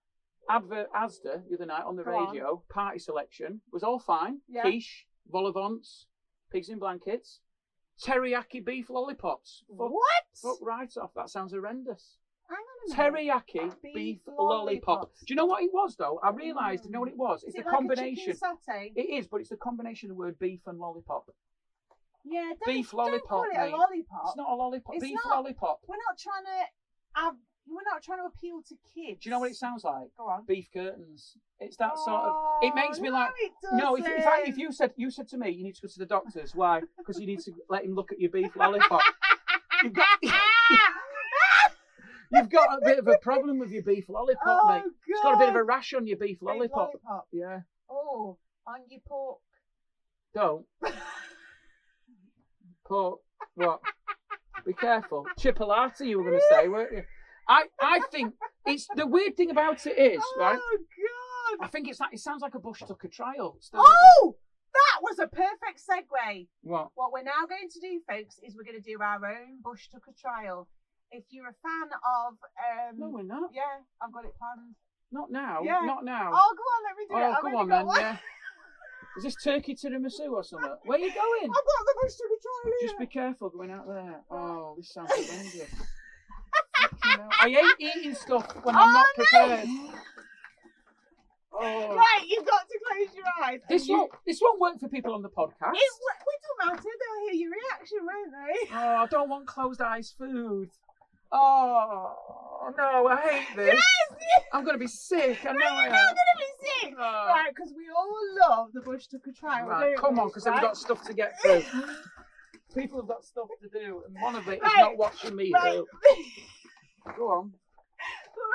S1: Advert Asda the other night on the
S2: Go on.
S1: radio, party selection was all fine.
S2: Yeah.
S1: Quiche, vol au vents, pigs in blankets, teriyaki beef lollipops. Fuck,
S2: What?
S1: fuck right off. That sounds horrendous.
S2: Hang on a minute.
S1: Teriyaki beef,
S2: Beef
S1: lollipop.
S2: lollipops.
S1: Do you know what it was though? I realised. You know what it was?
S2: Mm. Is
S1: It's the
S2: it like
S1: combination.
S2: A chicken satay?
S1: It is, but it's the combination of the word beef and lollipop.
S2: yeah, don't,
S1: beef
S2: Don't call
S1: lollipop,
S2: it
S1: mate.
S2: a lollipop.
S1: It's not a lollipop.
S2: It's
S1: beef
S2: not.
S1: lollipop.
S2: We're not trying to. Have, we're not trying to appeal to kids.
S1: Do you know what it sounds like?
S2: Go on.
S1: Beef curtains. It's that sort of. It makes me
S2: Oh,
S1: like.
S2: no, it
S1: No, if, in fact, if
S2: *laughs* doesn't.
S1: you said you said to me, you need to go to the doctor's. Why? Because you need to let him look at your beef
S2: *laughs*
S1: lollipop. You've got, you've got a bit of a problem with your beef lollipop,
S2: oh,
S1: mate.
S2: God.
S1: It's got a bit of a rash on your beef
S2: Big
S1: lollipop. Yeah.
S2: Oh, on your pork.
S1: Don't. Pork. What? Be careful. Chipolata, you were going to say, weren't you? I, I think it's the weird thing about it is, right?
S2: Oh God.
S1: I think it's like it sounds like a Bush Tucker trial. Still,
S2: Oh, that was a perfect segue.
S1: What?
S2: What we're now going to do, folks, is we're going to do our own Bush Tucker trial. If you're a fan of, um,
S1: No, we're not.
S2: yeah, I've got it planned.
S1: Not now.
S2: Yeah.
S1: Not now.
S2: Oh, go on, let me do
S1: Oh,
S2: it. I've
S1: come
S2: only
S1: on,
S2: got
S1: then.
S2: one.
S1: Yeah. Is this turkey tiramisu or something? Where are you
S2: I've
S1: going?
S2: got the Bush Tucker trial. here.
S1: Just be careful going out there. Oh, this
S2: *laughs*
S1: sounds horrendous. Fucking hell. I hate eating stuff when I'm
S2: Oh,
S1: not
S2: no.
S1: prepared.
S2: *laughs*
S1: Oh.
S2: Right, you've got to close your eyes.
S1: This
S2: You-
S1: won't, this won't work for people on the podcast.
S2: It's, it don't matter. They'll hear your reaction, won't they? *laughs*
S1: Oh, I don't want closed eyes food. Oh, no, I hate this.
S2: Yes.
S1: I'm going to be sick. I know I
S2: You're
S1: am.
S2: not gonna be sick.
S1: Oh.
S2: Right, because we all love the Bush Tucker trial.
S1: Right,
S2: don't
S1: come
S2: we?
S1: on, because we've
S2: Right?
S1: got stuff to get
S2: *laughs*
S1: through. People have got stuff to do, and one of it is
S2: Right,
S1: not watching me.
S2: right. *laughs*
S1: do. Go on.
S2: All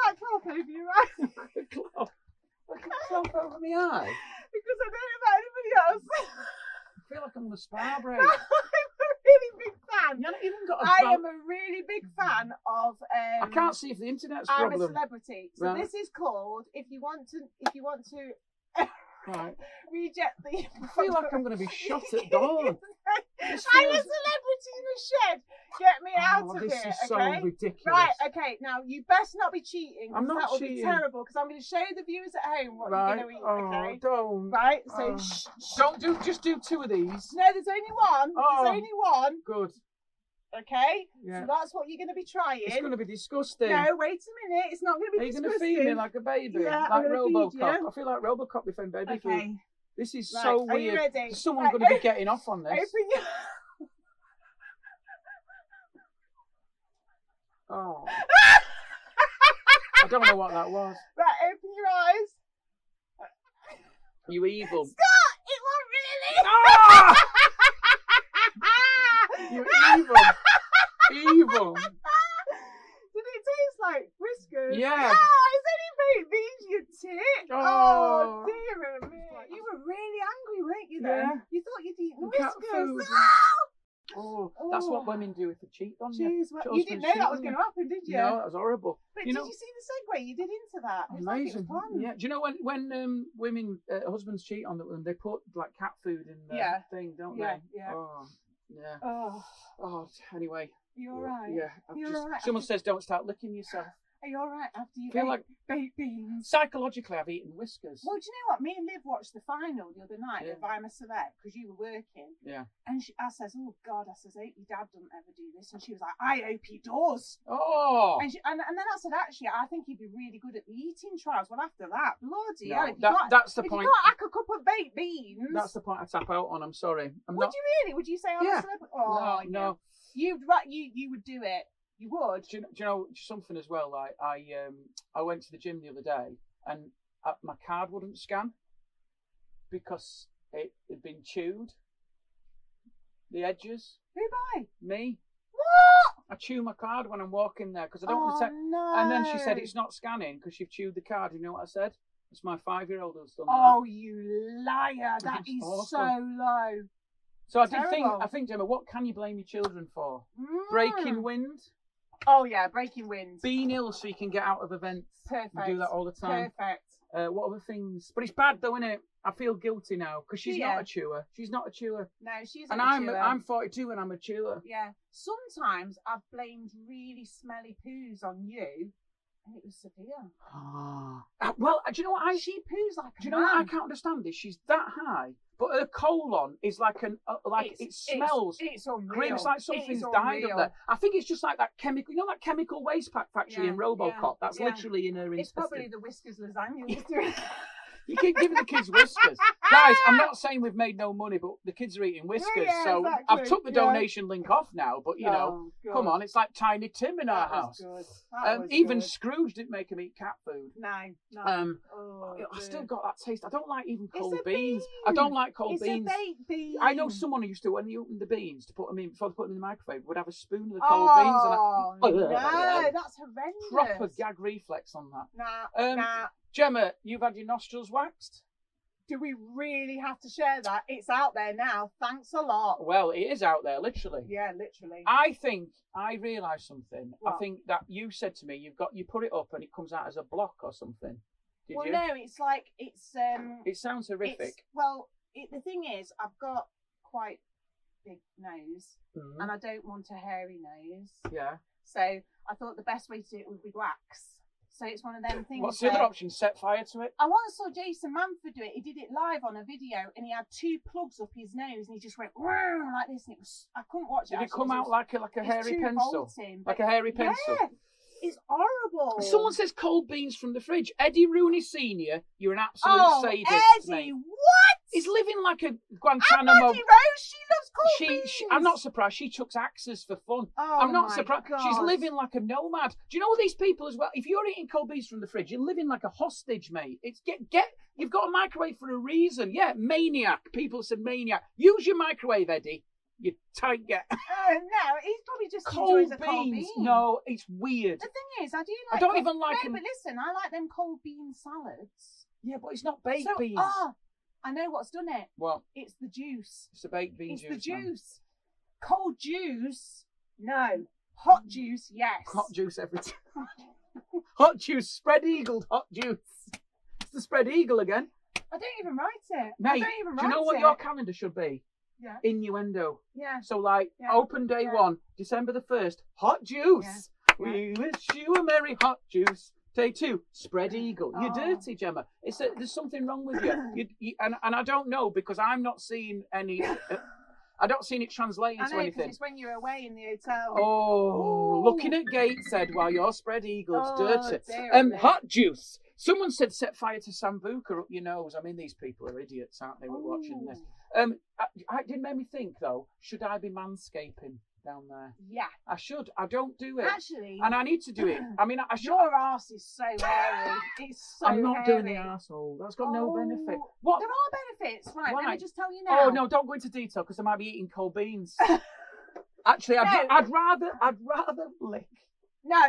S2: right, *laughs* clap over your eyes
S1: The cloth. I
S2: *laughs*
S1: can cloth over my eye.
S2: because I don't know about anybody else. *laughs*
S1: I feel like I'm on a spa break.
S2: I'm a really big fan.
S1: You haven't even got a
S2: I
S1: belt.
S2: am a really big fan of. Um,
S1: I can't see if the internet's
S2: I'm a
S1: problem.
S2: celebrity, so
S1: Right.
S2: this is called. If you want to, if you want to
S1: Right.
S2: reject the.
S1: I feel
S2: *laughs*
S1: like I'm going to be shot at dawn. This
S2: I'm a
S1: feels-
S2: celebrity in a shed. Get me out
S1: Oh,
S2: of
S1: this
S2: here,
S1: is so
S2: okay?
S1: ridiculous.
S2: Right, okay, now you best not be cheating. 'cause
S1: I'm not
S2: that would be
S1: cheating.
S2: terrible because I'm going to show the viewers at home what
S1: Right.
S2: you're going to eat,
S1: oh,
S2: okay?
S1: don't.
S2: Right, so
S1: Oh.
S2: shh, shh.
S1: Don't do. Just do two of these.
S2: No, there's only one.
S1: Oh.
S2: There's only one,
S1: Good.
S2: okay?
S1: Yeah.
S2: So that's what you're going to be trying.
S1: It's going to be disgusting.
S2: No, wait a minute. It's not going to
S1: Are
S2: be
S1: you going to
S2: disgusting.
S1: feed me like a baby?
S2: Yeah, I'm
S1: like
S2: gonna
S1: Robocop.
S2: feed you.
S1: I feel like Robocop befriend baby food.
S2: Okay.
S1: This is
S2: Right.
S1: so
S2: Are you
S1: weird.
S2: ready?
S1: Someone's
S2: Right,
S1: going
S2: *laughs*
S1: to be
S2: o-
S1: getting off on this.
S2: Open your.
S1: *laughs* Oh. I don't know what that was.
S2: Right, open your eyes.
S1: You evil.
S2: Stop! It won't really.
S1: Ah! *laughs*
S2: *laughs*
S1: You evil. evil.
S2: Did it taste like whiskers?
S1: Yeah.
S2: Oh, is anybody beat you tit? Oh,
S1: Oh.
S2: dear me. You were really angry, weren't you,
S1: Yeah.
S2: then? You thought you'd eaten
S1: And
S2: whiskers. Ah,
S1: cat food and- Oh, that's what
S2: Oh.
S1: women do if they cheat on you.
S2: Jeez, well, you
S1: Charles
S2: didn't know
S1: been
S2: that was
S1: shooting
S2: going to happen, did you?
S1: No, that was horrible.
S2: but
S1: you
S2: did
S1: know-
S2: you see the segue you did into that? It was like it was
S1: Amazing.
S2: planned.
S1: yeah. Do you know when when um, women uh, husbands cheat on them, they put like cat food in the
S2: Yeah.
S1: thing, don't
S2: Yeah,
S1: they?
S2: yeah.
S1: Oh, yeah.
S2: Oh,
S1: Oh, anyway.
S2: you're right.
S1: Yeah. I've
S2: You're
S1: just,
S2: right.
S1: Someone says don't start licking yourself.
S2: Are you all right after you
S1: I feel
S2: ate
S1: like
S2: baked beans?
S1: psychologically I've eaten whiskers.
S2: Well, do you know what? Me and Liv watched the final the other night
S1: Yeah.
S2: of I'm a Select because you were working.
S1: Yeah.
S2: And she, I says, "Oh God," I says, "Hope your dad doesn't ever do this." And she was like, "I hope he does."
S1: Oh.
S2: And, she, and and then I said, "Actually, I think he'd be really good at the eating trials." Well, after that, bloody
S1: No,
S2: hell! If you
S1: that,
S2: can't,
S1: that's the
S2: if
S1: point.
S2: you can't hack a cup of baked beans,
S1: That's the point I tap out on. I'm sorry. I'm
S2: would
S1: not.
S2: you really? Would you say I'm
S1: Yeah.
S2: a celebrity? Oh,
S1: no, no.
S2: You'd right. You you would do it. You would.
S1: Do you, do you know something as well? Like I um I went to the gym the other day and uh, my card wouldn't scan because it had been chewed. The edges,
S2: Who by?
S1: me. I
S2: What?
S1: chew my card when I'm walking there because I don't
S2: oh,
S1: want to.
S2: no.
S1: And then she said it's not scanning because you've chewed the card. You know what I said? It's my five-year-old who's done that.
S2: Oh, you liar! That
S1: It's
S2: is
S1: awful.
S2: so low.
S1: So I did think.
S2: terrible.
S1: I think, Gemma, what can you blame your children for?
S2: Mm.
S1: Breaking wind,
S2: Oh yeah, breaking winds.
S1: being ill so you can get out of events.
S2: Perfect.
S1: We do that all the time.
S2: Perfect.
S1: Uh, what other things? But it's bad though, innit? I feel guilty now because she's
S2: Yeah.
S1: not a chewer. She's not a chewer,
S2: No, she's.
S1: and
S2: a
S1: I'm
S2: chewer.
S1: I'm 42 and I'm a chewer.
S2: Yeah. Sometimes I've blamed really smelly poos on you, and it was severe.
S1: Uh, well, do you know what I? Do
S2: She poos like a
S1: you know what I
S2: man.
S1: can't understand? Is she's that high, but her colon is like an uh, like it smells.
S2: It's, it's unreal.
S1: Grims
S2: It
S1: like
S2: is
S1: something's died up
S2: unreal.
S1: there. I think it's just like that chemical, you know, that chemical waste pack factory
S2: Yeah,
S1: in
S2: yeah,
S1: Robocop. That's
S2: yeah.
S1: literally in her
S2: It's
S1: intestine.
S2: probably the whiskers lasagna. that's doing *laughs* it.
S1: You keep giving the
S2: *laughs*
S1: kids whiskers. *laughs* Guys, I'm not saying we've made no money, but the kids are eating whiskers.
S2: Ah! yeah,
S1: so I've
S2: exactly,
S1: took the
S2: yeah.
S1: donation link off now, but you know,
S2: Oh, God.
S1: come on, it's like Tiny Tim in our
S2: That was
S1: house.
S2: good. That
S1: Um,
S2: was
S1: even
S2: good.
S1: Scrooge didn't make him eat cat food.
S2: no, no.
S1: Um,
S2: oh,
S1: I still
S2: dear.
S1: got that taste. I don't like even
S2: It's
S1: cold
S2: a
S1: beans.
S2: bean.
S1: I don't like cold
S2: it's
S1: beans.
S2: a baked bean.
S1: I know someone who used to, when they opened the beans to put them in before they put them in the microwave, would have a spoon of the cold beans and a
S2: Oh,
S1: beans and I-
S2: no, that's horrendous.
S1: proper gag reflex on that.
S2: Oh, Nah,
S1: Um,
S2: nah.
S1: Gemma, you've had your nostrils waxed.
S2: Do we really have to share that? It's out there now. Thanks a lot.
S1: Well, it is out there, literally.
S2: Yeah, literally.
S1: I think I realised something. I
S2: What?
S1: think that you said to me, you've got you put it up and it comes out as a block or something. Did
S2: well,
S1: you?
S2: no, it's like it's um.
S1: It sounds horrific.
S2: It's, well, it, the thing is, I've got quite big nose,
S1: Mhm.
S2: and I don't want a hairy nose.
S1: Yeah.
S2: So I thought the best way to do it would be wax. So it's one of them things.
S1: What's the other
S2: where-
S1: option? Set fire to it.
S2: I once saw Jason Manford do it. He did it live on a video, and he had two plugs up his nose, and he just went "Wow," like this, and it was. I couldn't watch it.
S1: Did it
S2: actually,
S1: come
S2: 'cause
S1: out like a like a
S2: it's
S1: hairy
S2: too
S1: pencil?
S2: revolting,
S1: Like
S2: but-
S1: a hairy pencil.
S2: Yeah, it's horrible.
S1: Someone says cold beans from the fridge. Eddie Rooney Senior, you're an absolute
S2: "Oh,
S1: sadist,
S2: Eddie,
S1: mate.
S2: what?"
S1: He's living like a
S2: And Mandy
S1: Guantanamo.
S2: Rose, she loves cold
S1: She,
S2: beans.
S1: she, I'm not surprised. She took axes for fun.
S2: Oh
S1: I'm not
S2: my
S1: surprised. She's
S2: God.
S1: living like a nomad. Do you know these people as well? If you're eating cold beans from the fridge, you're living like a hostage, mate. It's get get. You've got a microwave for a reason. Yeah, maniac. People said maniac. Use your microwave, Eddie. You tight get
S2: Oh no, he's probably just
S1: cold
S2: enjoys
S1: beans.
S2: a cold bean.
S1: No, it's weird.
S2: The thing is, I do
S1: I
S2: like.
S1: don't
S2: cold-
S1: even like
S2: No,
S1: 'em.
S2: but listen, I like them cold bean salads.
S1: Yeah, but it's not baked
S2: so,
S1: beans.
S2: Ah, I know what's done it.
S1: Well,
S2: It's the juice.
S1: it's the baked bean
S2: it's
S1: juice.
S2: the
S1: man.
S2: juice. Cold juice, no. Hot juice, yes.
S1: Hot juice every time. *laughs* hot juice. Spread eagled hot juice. It's the spread eagle again.
S2: I don't even write it. I
S1: Mate,
S2: don't even
S1: do
S2: write
S1: you know what
S2: it.
S1: your calendar should be?
S2: Yeah.
S1: Innuendo.
S2: Yeah.
S1: So like
S2: Yeah.
S1: open day
S2: Yeah.
S1: one, December the first, hot juice. We wish you a merry hot juice. Day two, spread eagle. You're
S2: Oh.
S1: dirty, Gemma. It's a, there's something wrong with
S2: *laughs*
S1: you. you, you and, and I don't know because I'm not seeing any. Uh, I don't seeing it translating
S2: I
S1: to
S2: know, 'cause
S1: anything.
S2: it's when you're away in the hotel.
S1: Oh,
S2: Ooh.
S1: looking at Gateshead while you're spread eagle, it's
S2: Oh,
S1: dirty.
S2: dear
S1: Um,
S2: me.
S1: hot juice. Someone said set fire to sambuca up your nose. I mean, these people are idiots, aren't they? We're watching this.
S2: Ooh.
S1: Um, I, I, it made me think though. Should I be manscaping down there?
S2: Yeah.
S1: I should. I don't do it,
S2: Actually,
S1: and I need to
S2: *clears throat*
S1: do it. I mean, I, I should.
S2: your ass is so
S1: *laughs*
S2: hairy. It's so
S1: I'm not doing the
S2: hairy.
S1: asshole. That's got no
S2: Oh,
S1: benefit. What?
S2: There are benefits, right? Let
S1: Why?
S2: me just tell you now.
S1: Oh no! Don't go into detail because I might be eating cold
S2: *laughs*
S1: beans. Actually, I'd,
S2: No.
S1: I'd rather I'd rather lick
S2: no,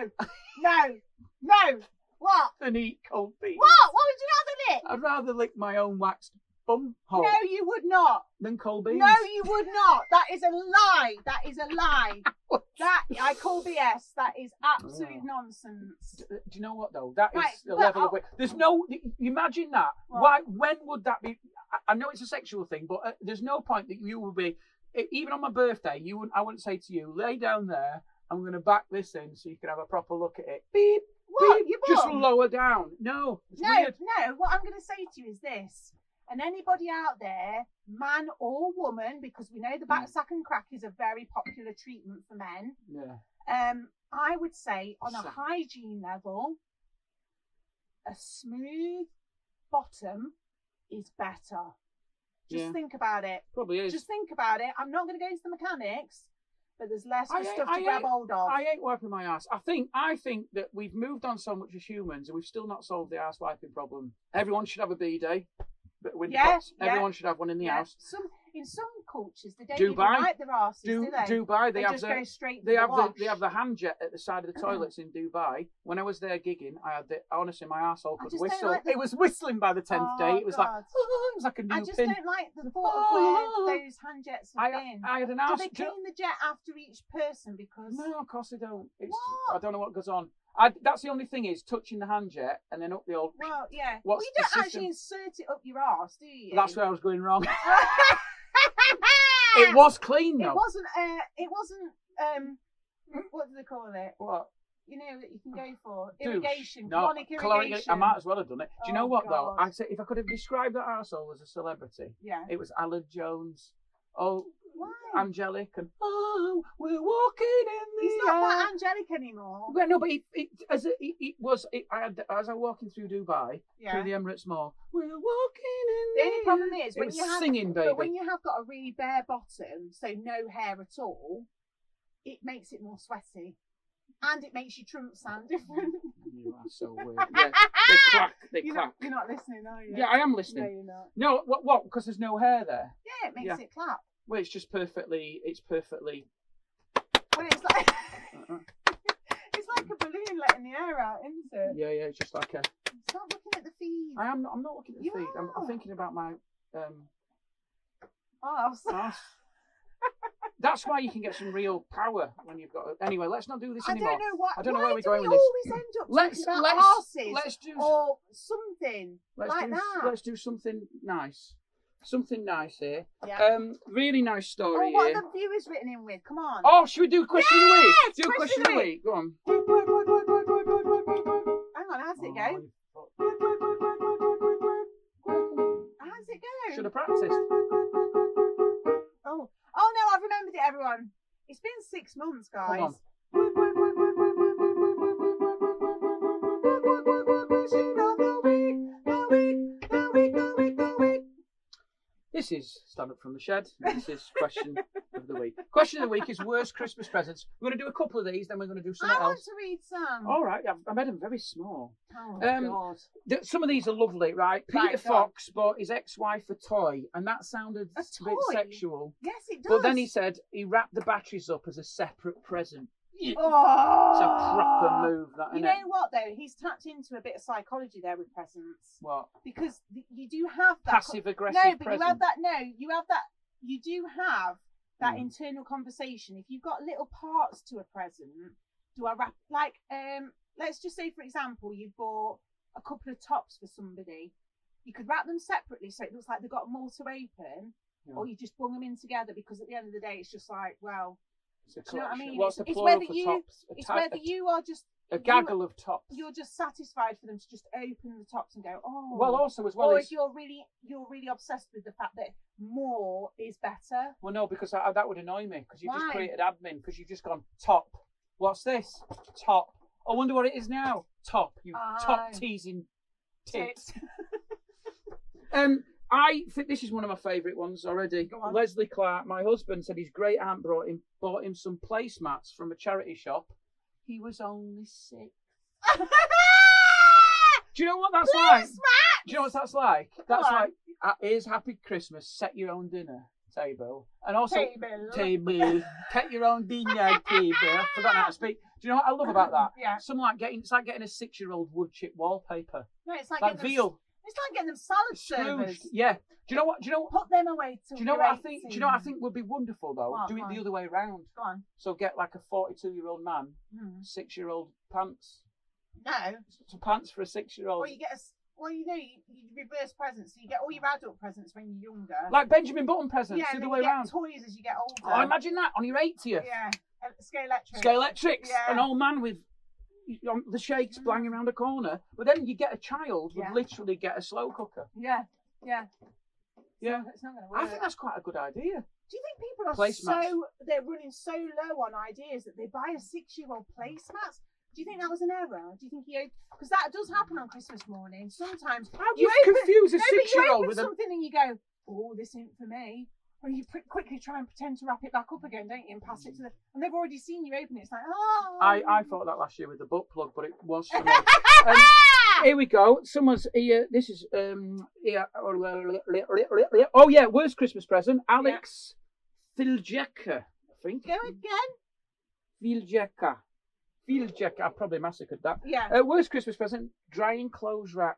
S2: no, no. What?
S1: than eat cold beans.
S2: What? What would you rather
S1: I'd rather lick my own waxed bum hole
S2: do? No, you would not.
S1: than cold beans.
S2: No, you would not. That is a lie. That is a
S1: *laughs*
S2: lie. That I call BS. That is absolute
S1: Oh.
S2: nonsense.
S1: Do you know what though? That is
S2: Right,
S1: the
S2: but
S1: level of
S2: I'll-
S1: way. There's no. y- Imagine that.
S2: What?
S1: Why? When would that be? I, I know it's a sexual thing, but uh, there's no point that you would be. e- Even on my birthday, you wouldn't. I wouldn't say to you, lay down there. I'm going to back this in so you can have a proper look at it. Beep,
S2: What?
S1: beep,
S2: You
S1: just
S2: bum?
S1: lower down. No, it's
S2: No,
S1: weird.
S2: no. What I'm going to say to you is this. And anybody out there, man or woman, because we
S1: Hmm.
S2: know the back sack and crack is a very popular treatment for men.
S1: Yeah.
S2: Um, I would say on
S1: So-
S2: a hygiene level, a smooth bottom is better. Just
S1: Yeah.
S2: think about it.
S1: Probably is.
S2: Just think about it. I'm not going to go into the mechanics, but there's less
S1: I
S2: for
S1: ain't-
S2: stuff
S1: I
S2: to grab
S1: ain't-
S2: hold of.
S1: I ain't wiping my ass. I think I think that we've moved on so much as humans, and we've still not solved the ass wiping problem. Everyone should have a b day, but window
S2: Yeah,
S1: pops.
S2: yeah.
S1: Everyone should have one in the
S2: Yeah.
S1: house.
S2: Some in some cultures they don't even
S1: Dubai.
S2: wipe their asses,
S1: Do,
S2: do they?
S1: Dubai, they,
S2: they,
S1: have
S2: just
S1: the,
S2: go straight.
S1: they
S2: to
S1: have
S2: the,
S1: the,
S2: wash. Mm-hmm.
S1: they have the hand jet at the side of the toilets in Dubai. When I was there gigging, I had the honestly my asshole
S2: I
S1: could
S2: just don't
S1: whistle.
S2: like the-
S1: It was whistling by the tenth
S2: Oh,
S1: day. It was like *laughs*
S2: God.
S1: it was like a
S2: I
S1: new
S2: just
S1: pin.
S2: don't like the thought of where those hand jets have
S1: I,
S2: been.
S1: I had an
S2: do
S1: ass.
S2: they
S1: do-
S2: clean the jet after each person? Because
S1: No, of course they don't. It's,
S2: What?
S1: I don't know what goes on. I, that's the only thing is touching the hand jet and then up the old.
S2: well, yeah,
S1: What's
S2: well, you
S1: the
S2: don't
S1: system?
S2: actually insert it up your arse, do you?
S1: That's where I was going wrong.
S2: *laughs* it,
S1: It was clean though.
S2: wasn't. Uh, it wasn't. Um, what do they call it?
S1: What?
S2: You know that you can go for
S1: Douche.
S2: irrigation,
S1: No,
S2: colonic
S1: caloric-
S2: irrigation.
S1: I might as well have done it. Do you know
S2: Oh,
S1: what though?
S2: God.
S1: I say if I could have described that arsehole as a celebrity,
S2: Yeah.
S1: it was Alan Jones. Oh,
S2: Why?
S1: angelic and oh, we're walking in the
S2: He's not
S1: air.
S2: that angelic anymore.
S1: Well, no, but it, it as it, it, it was. It, I had as I was walking through Dubai
S2: Yeah.
S1: through the Emirates Mall. We're walking in the.
S2: The only problem
S1: air."
S2: is
S1: it
S2: when
S1: was
S2: you have
S1: singing, baby.
S2: But when you have got a really bare bottom, so no hair at all, it makes it more sweaty. And it makes your trunks sound *laughs* different.
S1: You are so weird.
S2: *laughs*
S1: Yeah, *laughs* they clack. They
S2: you're,
S1: clack.
S2: not, you're not listening, are you?
S1: Yeah, I am
S2: No,
S1: listening.
S2: you're not.
S1: No, what? What? Because there's no hair there.
S2: Yeah, it makes
S1: Yeah.
S2: it clap.
S1: Well, it's just perfectly. It's perfectly.
S2: Well, it's like *laughs*
S1: Uh-uh.
S2: it's like a balloon letting the air out, isn't it?
S1: Yeah, yeah. It's just like a.
S2: Stop looking at the feed.
S1: I am. I'm not looking at the
S2: You
S1: feed. I'm, I'm
S2: are.
S1: thinking about my. Um,
S2: Oh, so-
S1: ass. That's why you can get some real power when you've got. Anyway, let's not do this
S2: I
S1: anymore.
S2: don't know what.
S1: I don't know
S2: why
S1: where we're
S2: do
S1: going
S2: we
S1: with this.
S2: always end up
S1: Let's-
S2: talking about
S1: let's-
S2: arses
S1: Let's do.
S2: or something
S1: Let's
S2: like
S1: do,
S2: that.
S1: Let's do something nice. Something nice here.
S2: Yeah.
S1: Um, really nice story
S2: oh, what
S1: here.
S2: are the viewers written in with? Come on.
S1: Oh, should we do question of the week?
S2: Yes,
S1: Do a
S2: question
S1: question of
S2: of the
S1: the week. Go on.
S2: Hang on, how's it
S1: Oh.
S2: go? How's it go?
S1: Should have practiced.
S2: Oh, oh no, I've remembered it, everyone. It's been six months, guys.
S1: on. This is Stand Up From The Shed. This is Question of the Week. Question of the Week is worst Christmas presents. We're going to do a couple of these, then we're going to do
S2: I
S1: something
S2: want
S1: else.
S2: to read some.
S1: All right, I've, I made them very small.
S2: Oh,
S1: um,
S2: God.
S1: Th- Some of these are lovely, right? Peter
S2: Right, go on.
S1: Fox bought his ex-wife a toy, and that sounded
S2: A
S1: a bit
S2: toy?
S1: sexual.
S2: Yes, it does.
S1: But then he said he wrapped the batteries up as a separate present.
S2: Oh,
S1: It's a proper move, that
S2: You
S1: isn't
S2: know
S1: it?
S2: what though? He's tapped into a bit of psychology there with presents
S1: What
S2: because th- you do have that
S1: passive aggressive
S2: no, but
S1: present?
S2: you have that. No, you have that. You do have that
S1: Mm.
S2: internal conversation. If you've got little parts to a present, do I wrap like um? Let's just say, for example, you bought a couple of tops for somebody. You could wrap them separately so it looks like they've got more to open, or you just bung them in together because at the end of the day, it's just like, well,
S1: It's a
S2: do you know what I
S1: collection.
S2: mean?
S1: What's the
S2: It's- it's
S1: plural
S2: whether
S1: for
S2: you-
S1: tops? A,
S2: it's
S1: ta-
S2: whether
S1: a-
S2: you are just
S1: a
S2: you-
S1: gaggle of tops.
S2: you're just satisfied for them to just open the tops and go, oh.
S1: Well, also as well,
S2: or
S1: it's-
S2: if you're really you're really obsessed with the fact that more is better.
S1: well, no, because I, that would annoy me because you have
S2: Why?
S1: just created admin because you've just gone top. What's this? Top. I wonder what it is now. Top. You
S2: Aye.
S1: top teasing tit. Um, I think this is one of my favourite ones already.
S2: Go on.
S1: Leslie Clark, my husband, said his great aunt brought him bought him some placemats from a charity shop. He was only six. Do you know what that's like? Do you know what that's like? That's
S2: on.
S1: like uh, here's happy Christmas. Set your own dinner table, and *laughs* also
S2: Table.
S1: table. Get your own
S2: *laughs*
S1: dinner table. I forgot how to speak. Do you know what I *laughs* love about that?
S2: Yeah.
S1: Something like getting it's like getting a six year old wood chip wallpaper,
S2: No, it's like,
S1: like
S2: getting
S1: veal,
S2: Them, it's like getting them salad
S1: Scrooged.
S2: servers.
S1: Yeah. Do you know what? Do you know what?
S2: Put them away till
S1: Do you know
S2: you're
S1: what I think? Do you know what I
S2: 18.
S1: think would be wonderful though?
S2: What,
S1: Do it
S2: what?
S1: the other way round.
S2: Go on.
S1: So get like a 42 year old man,
S2: Hmm.
S1: six year old pants.
S2: No.
S1: So pants for a six year old.
S2: Or you get a. s- Well, you know, you, you reverse presents. So you get all your adult presents when you're younger.
S1: Like Benjamin Button presents
S2: yeah,
S1: the other
S2: and then
S1: way
S2: you get
S1: round.
S2: toys as you get older.
S1: Oh, imagine that on your 80th.
S2: Yeah. Uh, Scale electric.
S1: Scale Electrics,
S2: Yeah.
S1: an old man with on the shakes
S2: Mm.
S1: blanging around a corner. But then you get a child would
S2: Yeah.
S1: literally get a slow cooker.
S2: Yeah. Yeah.
S1: Yeah.
S2: It's not going to work.
S1: I think that's quite a good idea.
S2: Do you think people are
S1: Placemats.
S2: so they're running so low on ideas that they buy a six-year-old placemats? Do you think that was an error? Do you think he because that does happen on Christmas morning sometimes?
S1: How do
S2: You
S1: you,
S2: open-
S1: confuse a
S2: no, but
S1: six
S2: you
S1: year old
S2: open
S1: with a
S2: something and you go, "Oh, this isn't for me," Well, you pr- quickly try and pretend to wrap it back up again, don't you? And pass it to the. And they've already seen you open it. It's like, oh.
S1: I, I
S2: *laughs*
S1: thought that last year with the butt plug, but it was for me. Um, here we go. Someone's here. This is um yeah. Oh yeah, worst Christmas present. Alex Filjeka, I think.
S2: Go again.
S1: Filjeka, Filjeka. I probably massacred that.
S2: Yeah.
S1: Uh, worst Christmas present: drying clothes rack.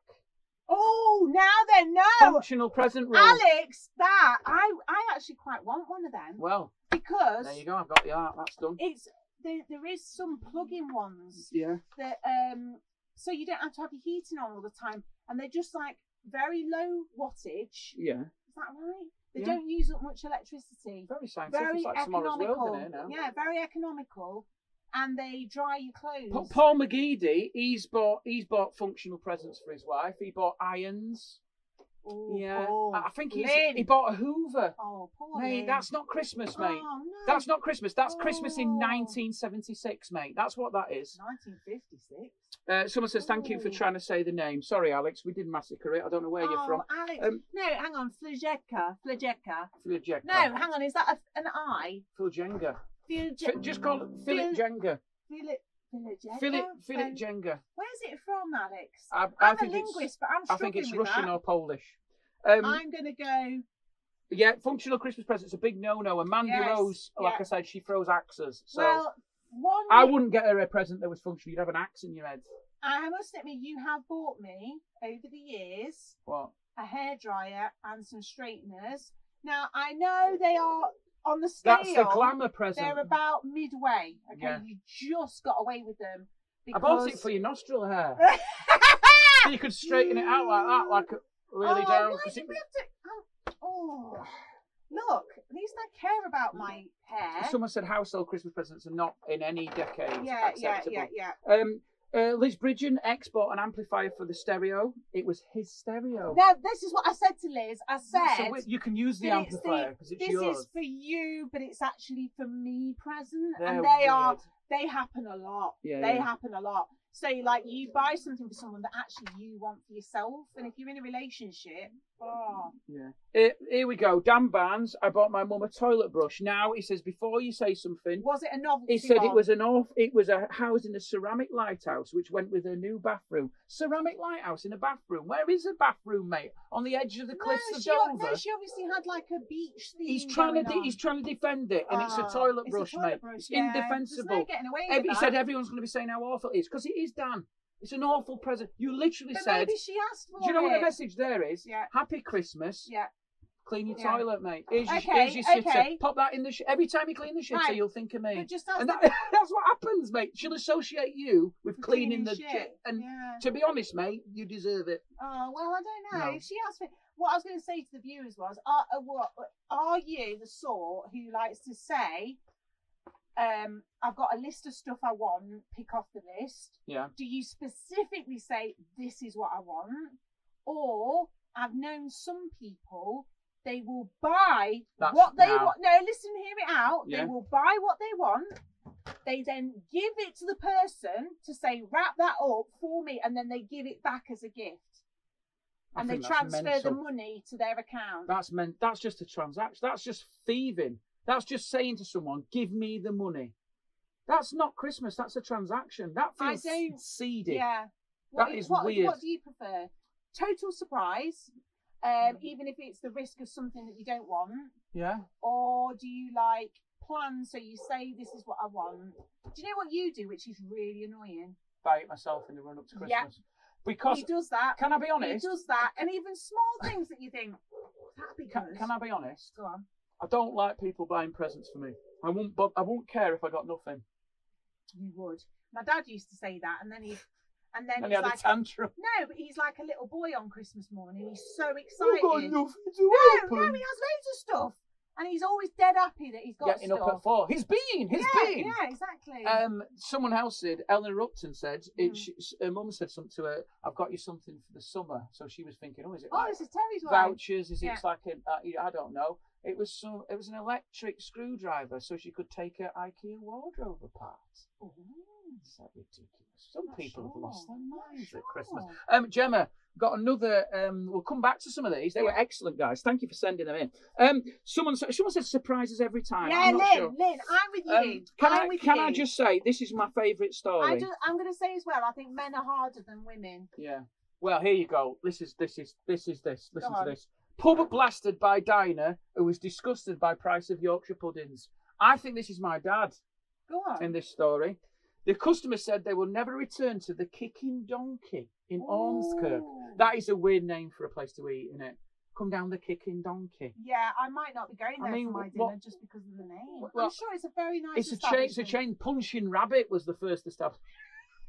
S2: Oh, now then, no.
S1: Functional present rule.
S2: Alex, that I I actually quite want one of them
S1: Well,
S2: because
S1: there you go. I've got the art. That's done.
S2: it's there, there is some plug-in ones
S1: Yeah.
S2: that um so you don't have to have your heating on all the time and they're just like very low wattage.
S1: Yeah.
S2: Is that right? They
S1: Yeah.
S2: don't use up much electricity.
S1: Very scientific.
S2: Very
S1: it's like tomorrow's world in
S2: economical.
S1: here now.
S2: Yeah, very economical. And they dry your clothes.
S1: Pa- Paul McGeady, he's bought he's bought functional presents for his wife. He bought irons.
S2: Oh,
S1: yeah,
S2: Paul.
S1: I I think he's,
S2: Lynn.
S1: he bought a Hoover.
S2: Oh, poor
S1: Mate,
S2: Lynn.
S1: that's not Christmas, mate.
S2: Oh, no.
S1: That's not Christmas. That's Christmas in
S2: Oh.
S1: 1976, mate. That's what that is.
S2: 1956.
S1: Uh, someone says, "Thank you for
S2: Oh.
S1: trying to say the name." Sorry, Alex, we did massacre it. I don't know where you're
S2: oh,
S1: from.
S2: Alex.
S1: Um,
S2: no, hang on. Flajeka. Flajeka.
S1: Filjenga.
S2: No, hang on. Is that a, an I?
S1: Filjenga. Fi-
S2: Filje-
S1: Just call it Filjenga.
S2: Fili- Filajeka?
S1: Filit
S2: Fil-
S1: Filjenga.
S2: Where's it from, Alex?
S1: I, I
S2: I'm a
S1: think it's
S2: linguist, but I'm
S1: I
S2: struggling
S1: think it's
S2: with
S1: Russian
S2: that.
S1: or Polish. Um,
S2: I'm going to go.
S1: Yeah, functional Christmas presents a big no-no, and Mandy
S2: Yes,
S1: Rose,
S2: yeah.
S1: like I said, she throws axes. So
S2: well, one.
S1: I wouldn't get her a present that was functional. You'd have an axe in your head.
S2: I must admit, you have bought me over the years
S1: What?
S2: a hairdryer and some straighteners. Now I know they are on the scale.
S1: That's the glamour present.
S2: They're about midway. Okay,
S1: Yeah.
S2: you just got away with them.
S1: I
S2: Because... Ah! Oh,
S1: bought
S2: *laughs*
S1: it for your nostril hair. so you could straighten it out like that, like really
S2: oh,
S1: down.
S2: why
S1: 'cause
S2: did
S1: it-
S2: we have to- Oh, oh. look! At least I care about my hair.
S1: Someone said household Christmas presents are not in any decade
S2: yeah, yeah,
S1: acceptable.
S2: yeah, yeah.
S1: Um, uh, Liz Bridgen export an amplifier for the stereo. It was his stereo.
S2: Now this is what I said to Liz. I
S1: So
S2: said,
S1: we- you can use the
S2: that it's the-
S1: amplifier because it's
S2: "This
S1: yours.
S2: is for you, but it's actually for me present."
S1: They're
S2: and they are
S1: weird.
S2: they happen a lot.
S1: Yeah,
S2: they
S1: yeah.
S2: happen a lot. So like you buy something for someone that actually you want for yourself, and if you're in a relationship, oh,
S1: Yeah. Here, here we go. Dan Barnes, I bought my mum a toilet brush. Now he says, before you say something,
S2: was it a novelty?
S1: he said it
S2: one?
S1: was an off. It was a house in a ceramic lighthouse, which went with her new bathroom. Ceramic lighthouse in a bathroom. Where is a bathroom, mate? On the edge of the cliffs
S2: no,
S1: of
S2: she, o-
S1: Dover.
S2: No, she obviously had like a beach theme.
S1: he's trying to.
S2: going
S1: De-
S2: on.
S1: he's trying to defend it, and it's
S2: Ah,
S1: a toilet
S2: it's
S1: brush,
S2: toilet
S1: mate.
S2: brush,
S1: it's
S2: yeah. There's no
S1: indefensible.
S2: getting away
S1: Ev-
S2: with
S1: he
S2: that.
S1: said everyone's going to be saying how awful it is because it is Dan. It's an awful present. You literally
S2: but
S1: said.
S2: maybe she asked for
S1: Do you know what the
S2: it.
S1: message there is?
S2: Yeah.
S1: Happy Christmas.
S2: Yeah.
S1: Clean your
S2: Yeah.
S1: toilet, mate. Here's your,
S2: Okay,
S1: here's your shitter.
S2: okay.
S1: Pop that in the sh- every time you clean the shitter,
S2: Right.
S1: you'll think of me.
S2: But just as
S1: And
S2: the-
S1: that, *laughs* that's what happens, mate. She'll associate you with
S2: for
S1: cleaning the
S2: shit.
S1: shit. And
S2: yeah.
S1: to be honest, mate, you deserve it.
S2: Oh well, I don't know.
S1: No.
S2: If she asked me, what I was going to say to the viewers was, are uh, what are you the sort who likes to say, um, I've got a list of stuff I want, pick off the list.
S1: Yeah.
S2: Do you specifically say this is what I want, or I've known some people they will buy
S1: That's
S2: what they
S1: now.
S2: want. No, listen, hear it out.
S1: Yeah.
S2: They will buy what they want. They then give it to the person to say, wrap that up for me, and then they give it back as a gift.
S1: I
S2: and they
S1: think that's
S2: transfer
S1: mental.
S2: the money to their account.
S1: That's meant. That's just a transaction. That's just thieving. That's just saying to someone, "Give me the money." That's not Christmas. That's a transaction. That
S2: I
S1: feels
S2: don't-
S1: seedy.
S2: yeah.
S1: That
S2: do-
S1: is
S2: what,
S1: weird.
S2: What do you prefer? Total surprise,
S1: Mm.
S2: um, even if it's the risk of something that you don't want,
S1: Yeah.
S2: or do you like plan so you say this is what I want? Do you know what you do, which is really annoying?
S1: Buy it myself in the run up to Christmas.
S2: Yeah.
S1: Because
S2: he does that.
S1: can I be
S2: He
S1: honest?
S2: does that, and even small things that you think that'd be
S1: Can,
S2: good.
S1: can I be honest?
S2: Go on.
S1: I don't like people buying presents for me. I won't. bo- I won't care if I got nothing.
S2: You would. My dad used to say that, and then he, and then
S1: And he
S2: he's
S1: had
S2: like,
S1: a tantrum.
S2: no, but he's like a little boy on Christmas morning. He's so
S1: You've got
S2: excited.
S1: nothing
S2: No,
S1: to
S2: no, he has
S1: open.
S2: loads of stuff, and he's always dead happy that he's got
S1: Getting
S2: stuff.
S1: up at four. He's been. He's
S2: yeah,
S1: been.
S2: yeah, exactly.
S1: Um, someone else said, Eleanor Upton said, it,
S2: Mm.
S1: she, her mum said something to her, I've got you something for the summer. So she was thinking, oh, is it
S2: oh,
S1: like
S2: this is Terry's one.
S1: vouchers? Is
S2: Yeah.
S1: it like an, uh, you know, I don't know. It was some, it was an electric screwdriver so she could take her IKEA wardrobe apart.
S2: Ooh.
S1: Is that ridiculous? Some
S2: Not
S1: people have
S2: sure.
S1: lost their minds at Christmas.
S2: Sure.
S1: Um, Gemma, got another. Um, we'll come back to some of these. They were excellent, guys. Thank you for sending them in. Um, someone, someone said surprises every time.
S2: Yeah,
S1: I'm
S2: Lynn,
S1: not sure.
S2: Lynn, I'm with you.
S1: Um,
S2: Lynn.
S1: can
S2: I'm
S1: I,
S2: with
S1: can
S2: you.
S1: I just say this is my favourite story?
S2: I just, I'm going to say as well. I think men are harder than women.
S1: Yeah. Well, here you go. This is this is this is this. Listen
S2: on.
S1: to this. Pub blasted by diner who was disgusted by price of Yorkshire puddings. I think this is my dad
S2: Go on.
S1: in this story. The customer said they will never return to the Kicking Donkey in Ormskirk.
S2: Ooh.
S1: That is a weird name for a place to eat, isn't it? Come down the Kicking Donkey.
S2: Yeah, I might not be going
S1: I
S2: there
S1: mean,
S2: for my
S1: what-
S2: dinner just because of the name.
S1: well,
S2: I'm sure it's a very
S1: It's
S2: nice.
S1: a chain. It's a
S2: establishment.
S1: chain. Punching Rabbit was the first established.
S2: *laughs*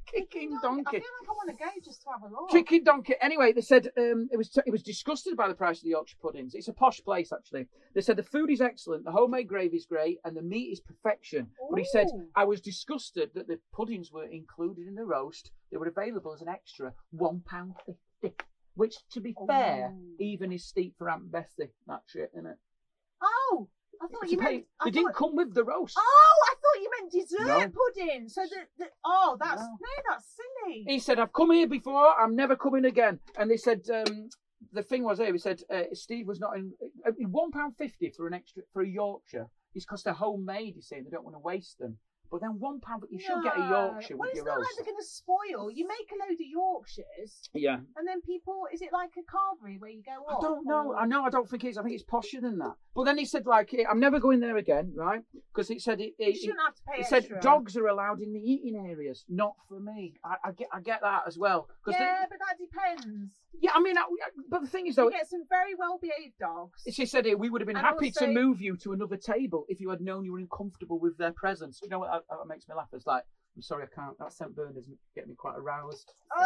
S2: Kicking
S1: Kicking
S2: I
S1: Donkey.
S2: feel like I want to go just to have a look.
S1: Chicken donkey. Anyway, they said um, it was it was disgusted by the price of the Yorkshire puddings. It's a posh place actually. They said the food is excellent, the homemade gravy is great, and the meat is perfection. But he said
S2: Ooh.
S1: I was disgusted that the puddings were included in the roast. They were available as an extra one pound fifty, which, to be fair,
S2: Ooh.
S1: even is steep for Aunt Bessie. That shit, isn't it?
S2: Oh, I thought
S1: It's a
S2: you
S1: pay-
S2: meant.
S1: they
S2: I
S1: didn't
S2: thought,
S1: come with the roast.
S2: oh, I thought you meant dessert
S1: No.
S2: pudding. So the, the oh, that's
S1: No.
S2: no, that's silly.
S1: He said, I've come here before, I'm never coming again. And they said, um, the thing was there, he said, uh, Steve was not in, uh, £1.50 for an extra, for a Yorkshire. It's because they're homemade, you see, and they don't want to waste them. But then £1, but you should get a
S2: No.
S1: Yorkshire
S2: well,
S1: with your
S2: it's not
S1: roast.
S2: like they're going to spoil. You make a load of Yorkshires,
S1: Yeah.
S2: and then people. Is it like a carvery where you go?
S1: I
S2: off,
S1: don't know.
S2: or-
S1: I know. I don't think it is. I think it's posher than that. But then he said, like, eh, I'm never going there again, right? Because it said it,
S2: You
S1: it, it,
S2: shouldn't have to pay
S1: it
S2: extra.
S1: said dogs are allowed in the eating areas. Not for me. I, I get I get that as well. 'Cause they-
S2: Yeah, but that depends.
S1: yeah. I mean, I, but the thing is though,
S2: you get some very well behaved dogs.
S1: She said here, we would have been
S2: And
S1: happy to
S2: also-
S1: move you to another table if you had known you were uncomfortable with their presence. You know what? That, that makes me laugh. It's like, I'm sorry, I can't. That St. Bernard's getting me quite aroused. I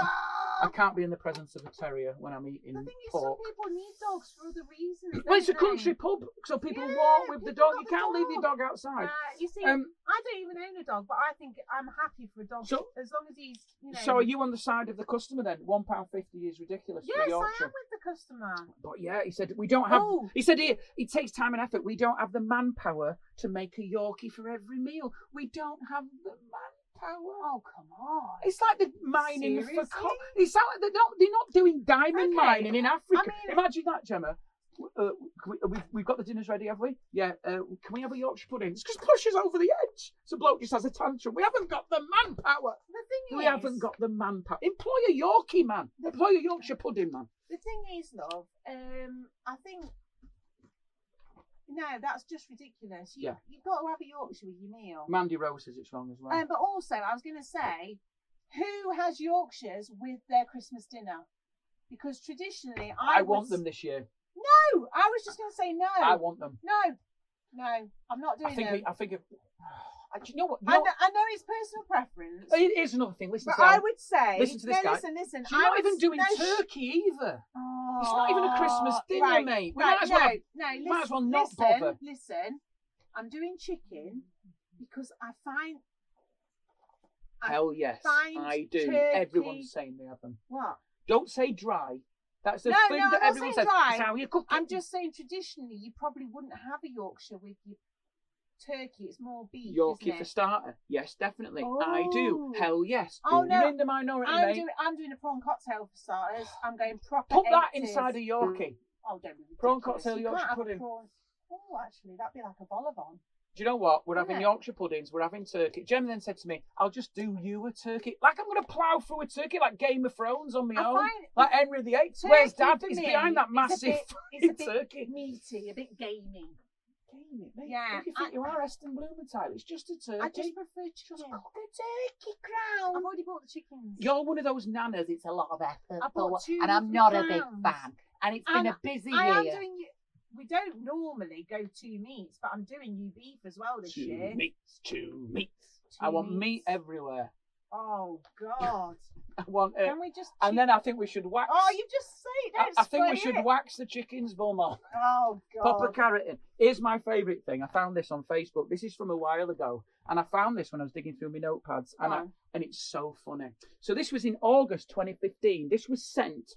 S2: Ah!
S1: can't be in the presence of a terrier when I'm eating
S2: The thing is, some
S1: pork.
S2: people need dogs for other reasons.
S1: Well, it's a
S2: don't they?
S1: country pub, so people
S2: Yeah,
S1: walk with the
S2: people
S1: dog.
S2: got
S1: You
S2: the
S1: can't leave your
S2: dog.
S1: dog outside.
S2: Uh, you see,
S1: Um,
S2: I don't even own a dog, but I think I'm happy for a dog
S1: So-
S2: as long as he's, you know.
S1: So are you on the side of the customer then? One pound fifty is ridiculous
S2: Yes,
S1: for
S2: I am
S1: Yorkshire.
S2: with the customer.
S1: But yeah, he said we don't have.
S2: Oh.
S1: He said it, it takes time and effort. We don't have the manpower to make a Yorkie for every meal. We don't have the manpower.
S2: Oh come on!
S1: It's like the mining for
S2: Seriously?
S1: coal. It's like they're not they're not doing diamond
S2: Okay.
S1: mining in Africa.
S2: mean-
S1: Imagine that, Gemma. W- Uh, can we, we've, we've got the dinners ready, have we? Yeah. Uh, can we have a Yorkshire pudding? It's because pushes over the edge. So bloke just has a tantrum. We haven't got the manpower.
S2: The thing
S1: We
S2: is,
S1: haven't got the manpower. Employ a Yorkie man. Employ a Yorkshire pudding man.
S2: The thing is, love. Um, I think. No, that's just ridiculous. You,
S1: Yeah.
S2: You've got to have a Yorkshire with your meal.
S1: Mandy Rose says it's wrong as well.
S2: Um, but also, I was going to say, who has Yorkshires with their Christmas dinner? Because traditionally, I,
S1: I, want
S2: was-
S1: them this year.
S2: No, I was just going to say no.
S1: I want them.
S2: no, no, I'm not doing
S1: I think.
S2: them.
S1: I think. It, *sighs* I- do you know what? you
S2: I,
S1: know-
S2: know, I know it's personal preference,
S1: it is another thing. Listen
S2: but
S1: to
S2: I
S1: that.
S2: would say
S1: Listen to this
S2: no,
S1: guy.
S2: listen, listen.
S1: She's
S2: I
S1: not
S2: would
S1: even
S2: s-
S1: doing
S2: no, sh-
S1: turkey either.
S2: it's
S1: not even a Christmas dinner,
S2: right,
S1: mate. We
S2: right,
S1: might as well
S2: no,
S1: have-
S2: no, listen,
S1: might as well not
S2: listen,
S1: bother.
S2: Listen, I'm doing chicken because I find I
S1: Hell yes,
S2: find
S1: I do.
S2: turkey-
S1: Everyone's saying they have them.
S2: what
S1: Don't say dry. That's the
S2: No,
S1: thing
S2: no, I'm
S1: that
S2: not
S1: everyone says.
S2: saying dry.
S1: It's how you cook it.
S2: I'm just saying traditionally you probably wouldn't have a Yorkshire with your turkey. It's more beef.
S1: Yorkie
S2: isn't
S1: for
S2: it?
S1: starter. Yes, definitely. I do.
S2: Oh.
S1: Hell yes.
S2: Oh, no.
S1: You're in the minority,
S2: I'm
S1: mate.
S2: doing, I'm doing a prawn cocktail for starters. I'm going proper.
S1: Put that
S2: 80s.
S1: inside a Yorkie.
S2: Oh, don't be
S1: prawn
S2: ridiculous.
S1: cocktail
S2: You
S1: Yorkshire
S2: can't have
S1: pudding.
S2: prawn- Oh, actually, that'd be like a bolivon.
S1: Do you know what? We're
S2: Isn't
S1: having
S2: it?
S1: Yorkshire puddings. We're having turkey. Gemma then said to me, "I'll just do you a turkey. Like I'm going to plough through a turkey like Game of Thrones on my
S2: I
S1: own.
S2: find
S1: like Henry VIII.
S2: turkey
S1: Where's Dad?
S2: for
S1: He's
S2: me,
S1: behind that
S2: it's
S1: *laughs*
S2: a
S1: massive
S2: bit- It's a bit
S1: turkey."
S2: meaty, a bit gamey.
S1: Damn *laughs* it, mate.
S2: Yeah,
S1: Who do you think
S2: I-
S1: you are, Eston Bloomer type? It's just a turkey.
S2: I just prefer
S1: Just
S2: chicken.
S1: cook it.
S2: turkey crown. I've already bought the chickens.
S1: You're one of those nanas. It's a lot of effort,
S2: I bought
S1: for-
S2: two
S1: and I'm
S2: different
S1: not a big
S2: crowns.
S1: fan. And it's been
S2: And
S1: a busy
S2: I am
S1: year.
S2: doing. you- We don't normally go two meats, but I'm doing you beef as well this year.
S1: meats, two meats.
S2: Two
S1: I want meat
S2: meats.
S1: everywhere.
S2: Oh
S1: *laughs*
S2: God!
S1: I want it.
S2: Can we just?
S1: Uh, And then I think we should wax.
S2: oh, you just say it.
S1: I,
S2: Don't
S1: I think we
S2: spread
S1: should
S2: it.
S1: wax the chickens, Bulma.
S2: Oh God!
S1: Pop a carrot in. Here's my favourite thing. I found this on Facebook. This is from a while ago, and I found this when I was digging through my notepads, and I,
S2: Right.
S1: and it's so funny. So this was in August 2015. This was sent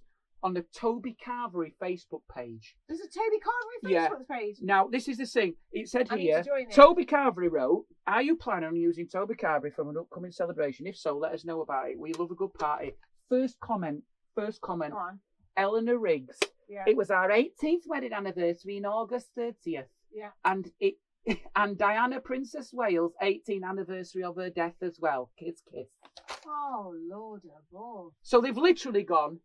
S1: on the Toby Carvery Facebook page.
S2: There's a Toby Carvery
S1: Yeah.
S2: Facebook page.
S1: Now this is the thing. It said
S2: I need to
S1: here,
S2: join it.
S1: Toby Carvery wrote, Are you planning on using Toby Carberry from an upcoming celebration? If so, let us know about it. We love a good party. First comment, first comment,
S2: Come on.
S1: Eleanor Riggs.
S2: Yeah.
S1: It was our 18th wedding anniversary in August 30th.
S2: Yeah.
S1: And it *laughs* and Diana Princess Wales 18th anniversary of her death as well. Kiss kiss.
S2: Oh Lord above.
S1: So they've literally gone.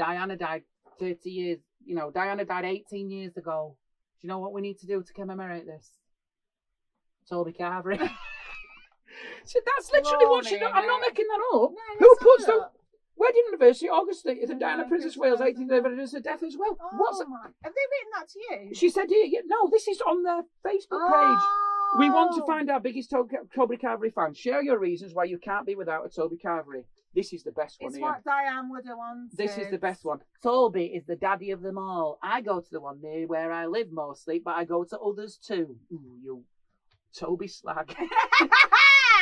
S1: Diana died 30 years. You know, Diana died 18 years ago. Do you know what we need to do to commemorate this? Toby Carvery. *laughs* so that's literally what she.
S2: Blimey,
S1: I'm not
S2: mate.
S1: making that up.
S2: No,
S1: Who
S2: let's have
S1: puts
S2: a
S1: the
S2: look.
S1: wedding anniversary August 30th of
S2: Diana
S1: Diana Princess Wales
S2: Princess Wales,
S1: 18th anniversary of her death as well?
S2: Oh,
S1: What's
S2: my. Have they written that to you?
S1: she said? Here, yeah, no, this is on their Facebook page. We want
S2: Oh.
S1: to find our biggest To- Toby Carvery fans. Share your reasons why you can't be without a Toby Carvery. This is the best one
S2: It's
S1: here.
S2: what Diane would have wanted.
S1: This is the best one. Toby is the daddy of them all. I go to the one near where I live mostly, but I go to others too. Ooh, you Toby *laughs* slag.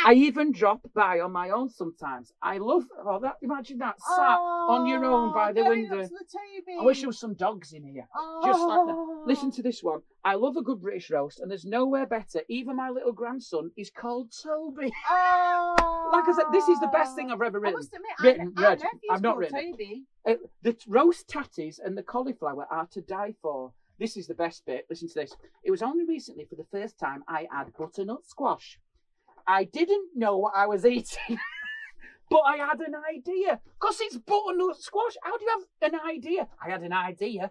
S1: I even drop by on my own sometimes. I love oh that imagine that sat. on your own by
S2: Oh,
S1: the
S2: going up
S1: window.
S2: to the TV.
S1: I wish there was some dogs in here. just like that. Listen to this one. I love a good British roast, and there's nowhere better. Even my little grandson is called Toby. *laughs*
S2: Oh.
S1: Like I said, this is the best thing I've ever
S2: I
S1: written.
S2: must admit,
S1: Written,
S2: I, I
S1: read.
S2: know if you
S1: I've not
S2: called
S1: written it.
S2: Toby.
S1: Uh, the t- roast tatties and the cauliflower are to die for. This is the best bit. Listen to this. It was only recently, for the first time, I had butternut squash. I didn't know what I was *laughs* eating, but I had an idea. Because it's butternut squash. How do you have an idea? I had an idea.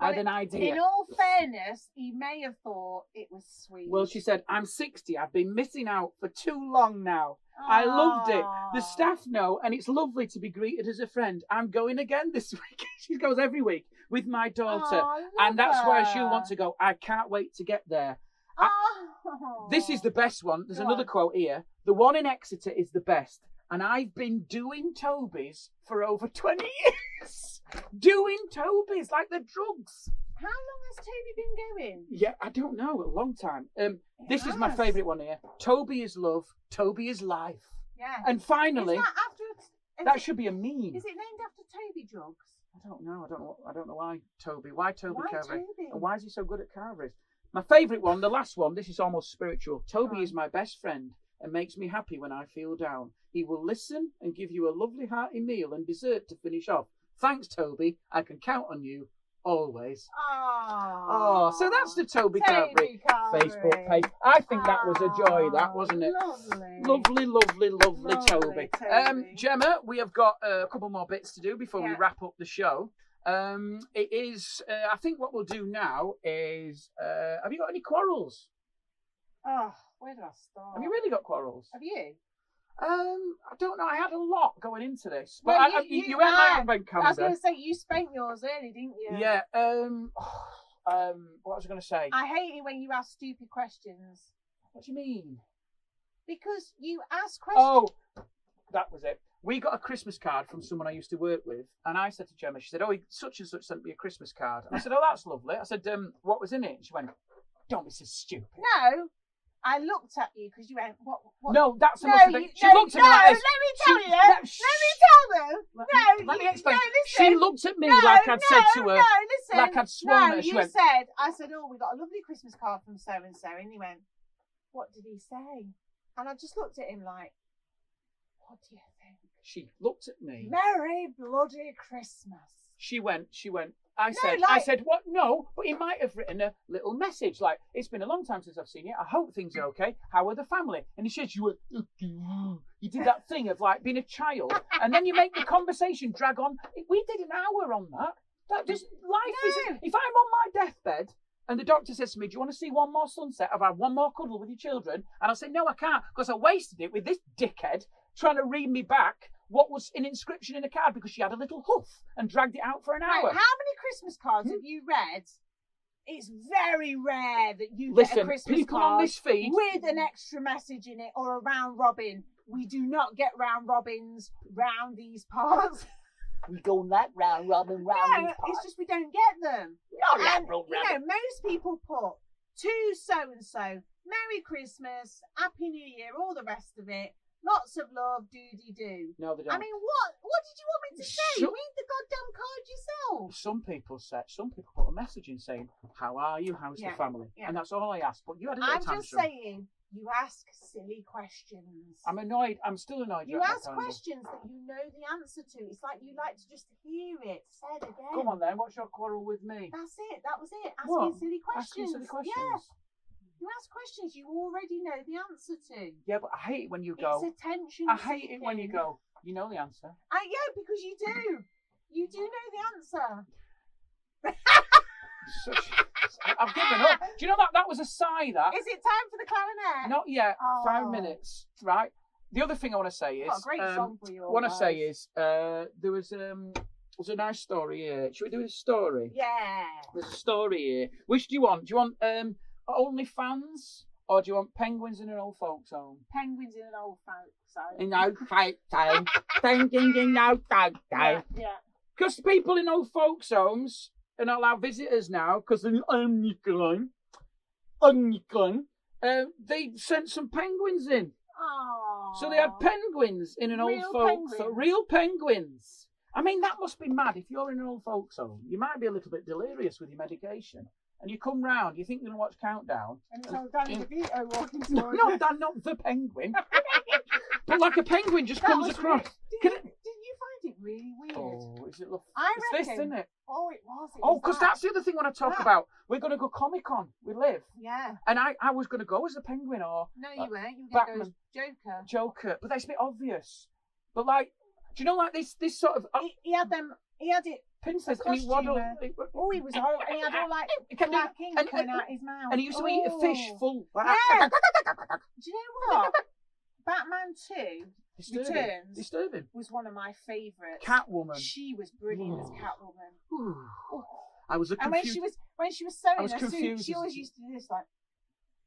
S1: I had an idea.
S2: In all fairness, he may have thought it was sweet.
S1: Well, she said, I'm 60. I've been missing out for too long now. I loved it. The
S2: Aw.
S1: staff know, and it's lovely to be greeted as a friend. I'm going again this *laughs* week. she goes every week with my daughter.
S2: Aw,
S1: and that's why she'll
S2: lover.
S1: want to go. I can't wait to get there.
S2: Oh.
S1: Ah. This is the best one. There's
S2: Go
S1: another
S2: on.
S1: quote here. The one in Exeter is the best. And I've been doing Toby's for over 20 *laughs* years. doing Toby's like the drugs.
S2: How long has Toby been going?
S1: Yeah, I don't know. A long time. Um,
S2: It
S1: this is my
S2: has.
S1: favourite one here. Toby is love. Toby is life.
S2: Yeah.
S1: And finally,
S2: is that after? Is,
S1: that
S2: it,
S1: should be a meme.
S2: is it named after Toby Drugs?
S1: I don't know. I don't know. I don't know why Toby. Why Toby
S2: Why
S1: Carvery?
S2: Toby?
S1: And why is he so good at carveries? My favourite one, the last one. This is almost spiritual. Toby
S2: Right.
S1: is my best friend and makes me happy when I feel down. He will listen and give you a lovely hearty meal and dessert to finish off. Thanks, Toby. I can count on you always.
S2: Oh.
S1: Oh, so that's the Toby, Carvery
S2: Toby Carvery.
S1: Facebook page. I think that was a joy. That wasn't it?
S2: Lovely.
S1: Lovely, lovely, lovely,
S2: Lovely,
S1: Toby. Um,
S2: Toby.
S1: Gemma, we have got uh, a couple more bits to do before we
S2: Yeah.
S1: wrap up the show. Um, it is. Uh, I think what we'll do now is. Uh, have you got any quarrels?
S2: Oh, where did I start?
S1: Have you really got quarrels?
S2: Have you?
S1: Um, I don't know. I had a lot going into this, but
S2: Well,
S1: I,
S2: you-
S1: I, you,
S2: you
S1: you went my
S2: had-
S1: advent
S2: I was going
S1: calendar.
S2: to say you spent yours early, didn't you?
S1: Yeah. Um. *sighs* um. What was I going to say?
S2: I hate it when you ask stupid questions
S1: What do you mean?
S2: because you ask questions.
S1: Oh, that was it. We got a Christmas card from someone I used to work with, and I said to Gemma, she said, "Oh, he- such and such sent me a Christmas card." And I said, "Oh, that's lovely." I said, um, "What was in it?" And she went, "Don't be so stupid."
S2: No, I looked at you because you went, "What? what?
S1: No, that's
S2: no,
S1: the most
S2: you,
S1: thing. She
S2: no,
S1: looked at me
S2: no,
S1: like this.
S2: Let me tell
S1: She-
S2: you.
S1: no,
S2: Let
S1: shh.
S2: me tell them.
S1: Let me-
S2: No,
S1: let me
S2: you-
S1: explain.
S2: No, listen.
S1: She looked at me
S2: no,
S1: like I'd
S2: no,
S1: said to her,
S2: No, listen.
S1: like I'd sworn
S2: no,
S1: at her. She
S2: you
S1: went,
S2: said. I said, "Oh, we got a lovely Christmas card from so and so," and he went, "What did he say?" And I just looked at him like, "What do you think?"
S1: she looked at me.
S2: Merry bloody Christmas.
S1: She went, she went. I said, I
S2: like-
S1: said, what? No, but he might have written a little message like, "It's been a long time since I've seen you. I hope things are okay. How are the family?" And he said, "You went, "Okay." you did that thing of like being a child, and then you make the conversation drag on. We did an hour on that. That just life
S2: No.
S1: is. If I'm on my deathbed and the doctor says to me, "Do you want to see one more sunset? I've had one more cuddle with your children," and I say, "No, I can't," because I wasted it with this dickhead trying to read me back. What was an inscription in a card because she had a little hoof and dragged it out for an
S2: Right,
S1: hour.
S2: how many Christmas cards
S1: Hmm?
S2: have you read? It's very rare that you get a
S1: Listen,
S2: Christmas
S1: people
S2: card
S1: on this feed,
S2: with an extra message in it or a round robin. We do not get round robins round these parts.
S1: we go on that round, Robin, round.
S2: no,
S1: these parts.
S2: it's just we don't get them.
S1: Not round,
S2: And,
S1: round,
S2: you
S1: round.
S2: know, most people put to so and so, Merry Christmas, Happy New Year, all the rest of it. Lots of love, doody do.
S1: No, they don't.
S2: I mean, what? What did you want me to say?
S1: Shut-
S2: Read the goddamn card yourself.
S1: some people said, some people put a message in saying, "How are you? How's
S2: Yeah,
S1: the family?"
S2: yeah.
S1: And that's all I asked. But you had a little
S2: I'm
S1: tantrum.
S2: just saying, You ask silly questions.
S1: I'm annoyed. I'm still annoyed.
S2: you
S1: at my
S2: ask
S1: calendar.
S2: questions that you know the answer to. It's like you like to just hear it said again.
S1: Come on then. What's your quarrel with me?
S2: That's it. That was it. Asking
S1: What?
S2: silly
S1: Asking
S2: questions.
S1: silly questions.
S2: Yeah. You ask questions you already know the answer to.
S1: Yeah, but I hate it when you go.
S2: It's attention.
S1: I hate it when you
S2: seeking.
S1: go. You know the answer.
S2: Uh, yeah, because you do. You do know the answer.
S1: Such- I've given up. Do you know that that was a sigh? That
S2: Is it time for the clarinet?
S1: not yet. Five
S2: Oh.
S1: minutes, right? The other thing I want to say is
S2: What a great
S1: um,
S2: song for you.
S1: What I
S2: guys.
S1: say is, uh, there was um, there's a nice story here. Should we do a story?
S2: Yeah.
S1: There's a story here. Which do you want? Do you want um, only fans or do you want penguins in an old folks home?
S2: Penguins in an old folks home.
S1: In old folks home, penguins in old folks
S2: Yeah,
S1: home.
S2: yeah.
S1: Because people in old folks homes are not allowed visitors now because they're omnicron, omnicron. Uh, they sent some penguins in.
S2: Aww.
S1: So they had penguins in an
S2: Real
S1: old folks home.
S2: penguins.
S1: Real penguins. I mean, that must be mad. If you're in an old folks home, you might be a little bit delirious with your medication. And you come round, you think you're going to watch Countdown. *laughs*
S2: And it's all Danny DeVito walking
S1: Mm. No,
S2: towards
S1: no,
S2: it.
S1: Dan, not the
S2: *laughs*
S1: penguin. but like a penguin just
S2: That
S1: comes
S2: was
S1: across.
S2: weird. Did
S1: Can
S2: you, didn't you find it really weird? Oh,
S1: Oh, is it look?
S2: I
S1: It's this,
S2: reckon.
S1: isn't it?
S2: it was. It
S1: Oh,
S2: was
S1: because
S2: that.
S1: that's the other thing I want to talk
S2: That.
S1: about. We're going to go Comic Con. We live.
S2: Yeah.
S1: And I, I was going to go as the penguin or
S2: No,
S1: Uh,
S2: you weren't. You were going to go
S1: Batman.
S2: as Joker.
S1: Joker. But that's a bit obvious. But like, do you know, like this this sort of uh,
S2: He, he had them. He had it.
S1: princess
S2: the
S1: and he waddled.
S2: costume,
S1: it-
S2: Oh, he was horrible. And he had all like
S1: It can do-
S2: black ink
S1: and-
S2: coming
S1: and-
S2: out his mouth.
S1: and he used to eat a fish
S2: Oh.
S1: full.
S2: Yeah. Do you know what? Batman Two
S1: *laughs* Disturbing.
S2: Returns
S1: Disturbing.
S2: was one of my favourites.
S1: Catwoman.
S2: She was brilliant as
S1: Oh.
S2: Catwoman.
S1: Ooh. I was looking.
S2: And when she was when she was sewing
S1: was
S2: her suit,
S1: confused
S2: she
S1: as
S2: always
S1: to-
S2: used to do this like,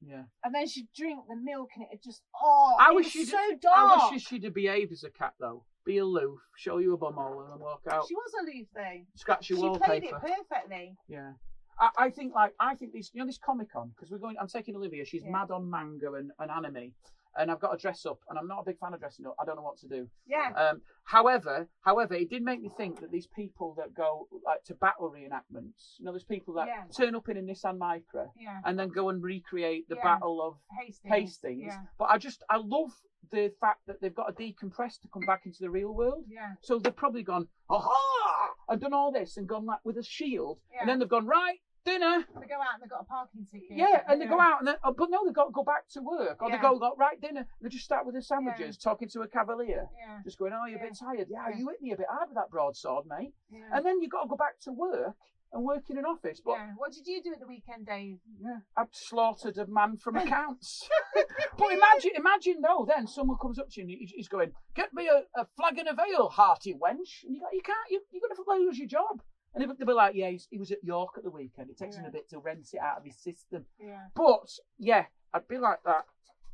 S1: yeah.
S2: and then she'd drink the milk, and it would just oh,
S1: I
S2: it
S1: wish
S2: was
S1: she'd-
S2: so
S1: I
S2: dark.
S1: wish she should have behaved as a cat though. Be aloof, show you a bumhole, and then walk out.
S2: She was aloof though.
S1: Scratch
S2: She
S1: your
S2: played it
S1: wallpaper.
S2: perfectly.
S1: Yeah. I, I think like I think these you know this Comic Con because we're going. I'm taking Olivia. She's
S2: Yeah.
S1: mad on manga and, and anime, and I've got to dress up. And I'm not a big fan of dressing up. I don't know what to do.
S2: Yeah.
S1: Um, however, however, it did make me think that these people that go like to battle reenactments, you know, there's people that
S2: Yeah.
S1: turn up in a Nissan Micra
S2: Yeah.
S1: and then go and recreate the
S2: Yeah.
S1: battle of
S2: Hastings.
S1: Hastings.
S2: Yeah.
S1: But I just I love the fact that they've got to decompress to come back into the real world.
S2: Yeah.
S1: So they've probably gone, aha, and done all this and gone like with a shield,
S2: Yeah.
S1: and then they've gone right dinner,
S2: They go out and they got a parking ticket.
S1: yeah, and they go out and then, oh, but no, they've got to go back to work, or
S2: Yeah.
S1: they go got right dinner. They just start with the sandwiches, talking to a cavalier.
S2: Yeah.
S1: Just going, oh, you're a bit tired. Yeah,
S2: Yeah.
S1: you hit me a bit hard with that broadsword, mate.
S2: Yeah.
S1: And then you've got to go back to work and work in an office. But
S2: yeah. What did you do at the weekend, Dave?
S1: yeah, I've slaughtered a man from accounts. but imagine, imagine though, then someone comes up to you and he- he's going, "Get me a, a flagon of ale, hearty wench." And you go, "You can't. You, you're going to lose your job." And they'll be- they'll be like, "Yeah, he's, he was at York at the weekend. It takes him
S2: Yeah.
S1: a bit to rinse it out of his system."
S2: Yeah.
S1: But yeah, I'd be like that.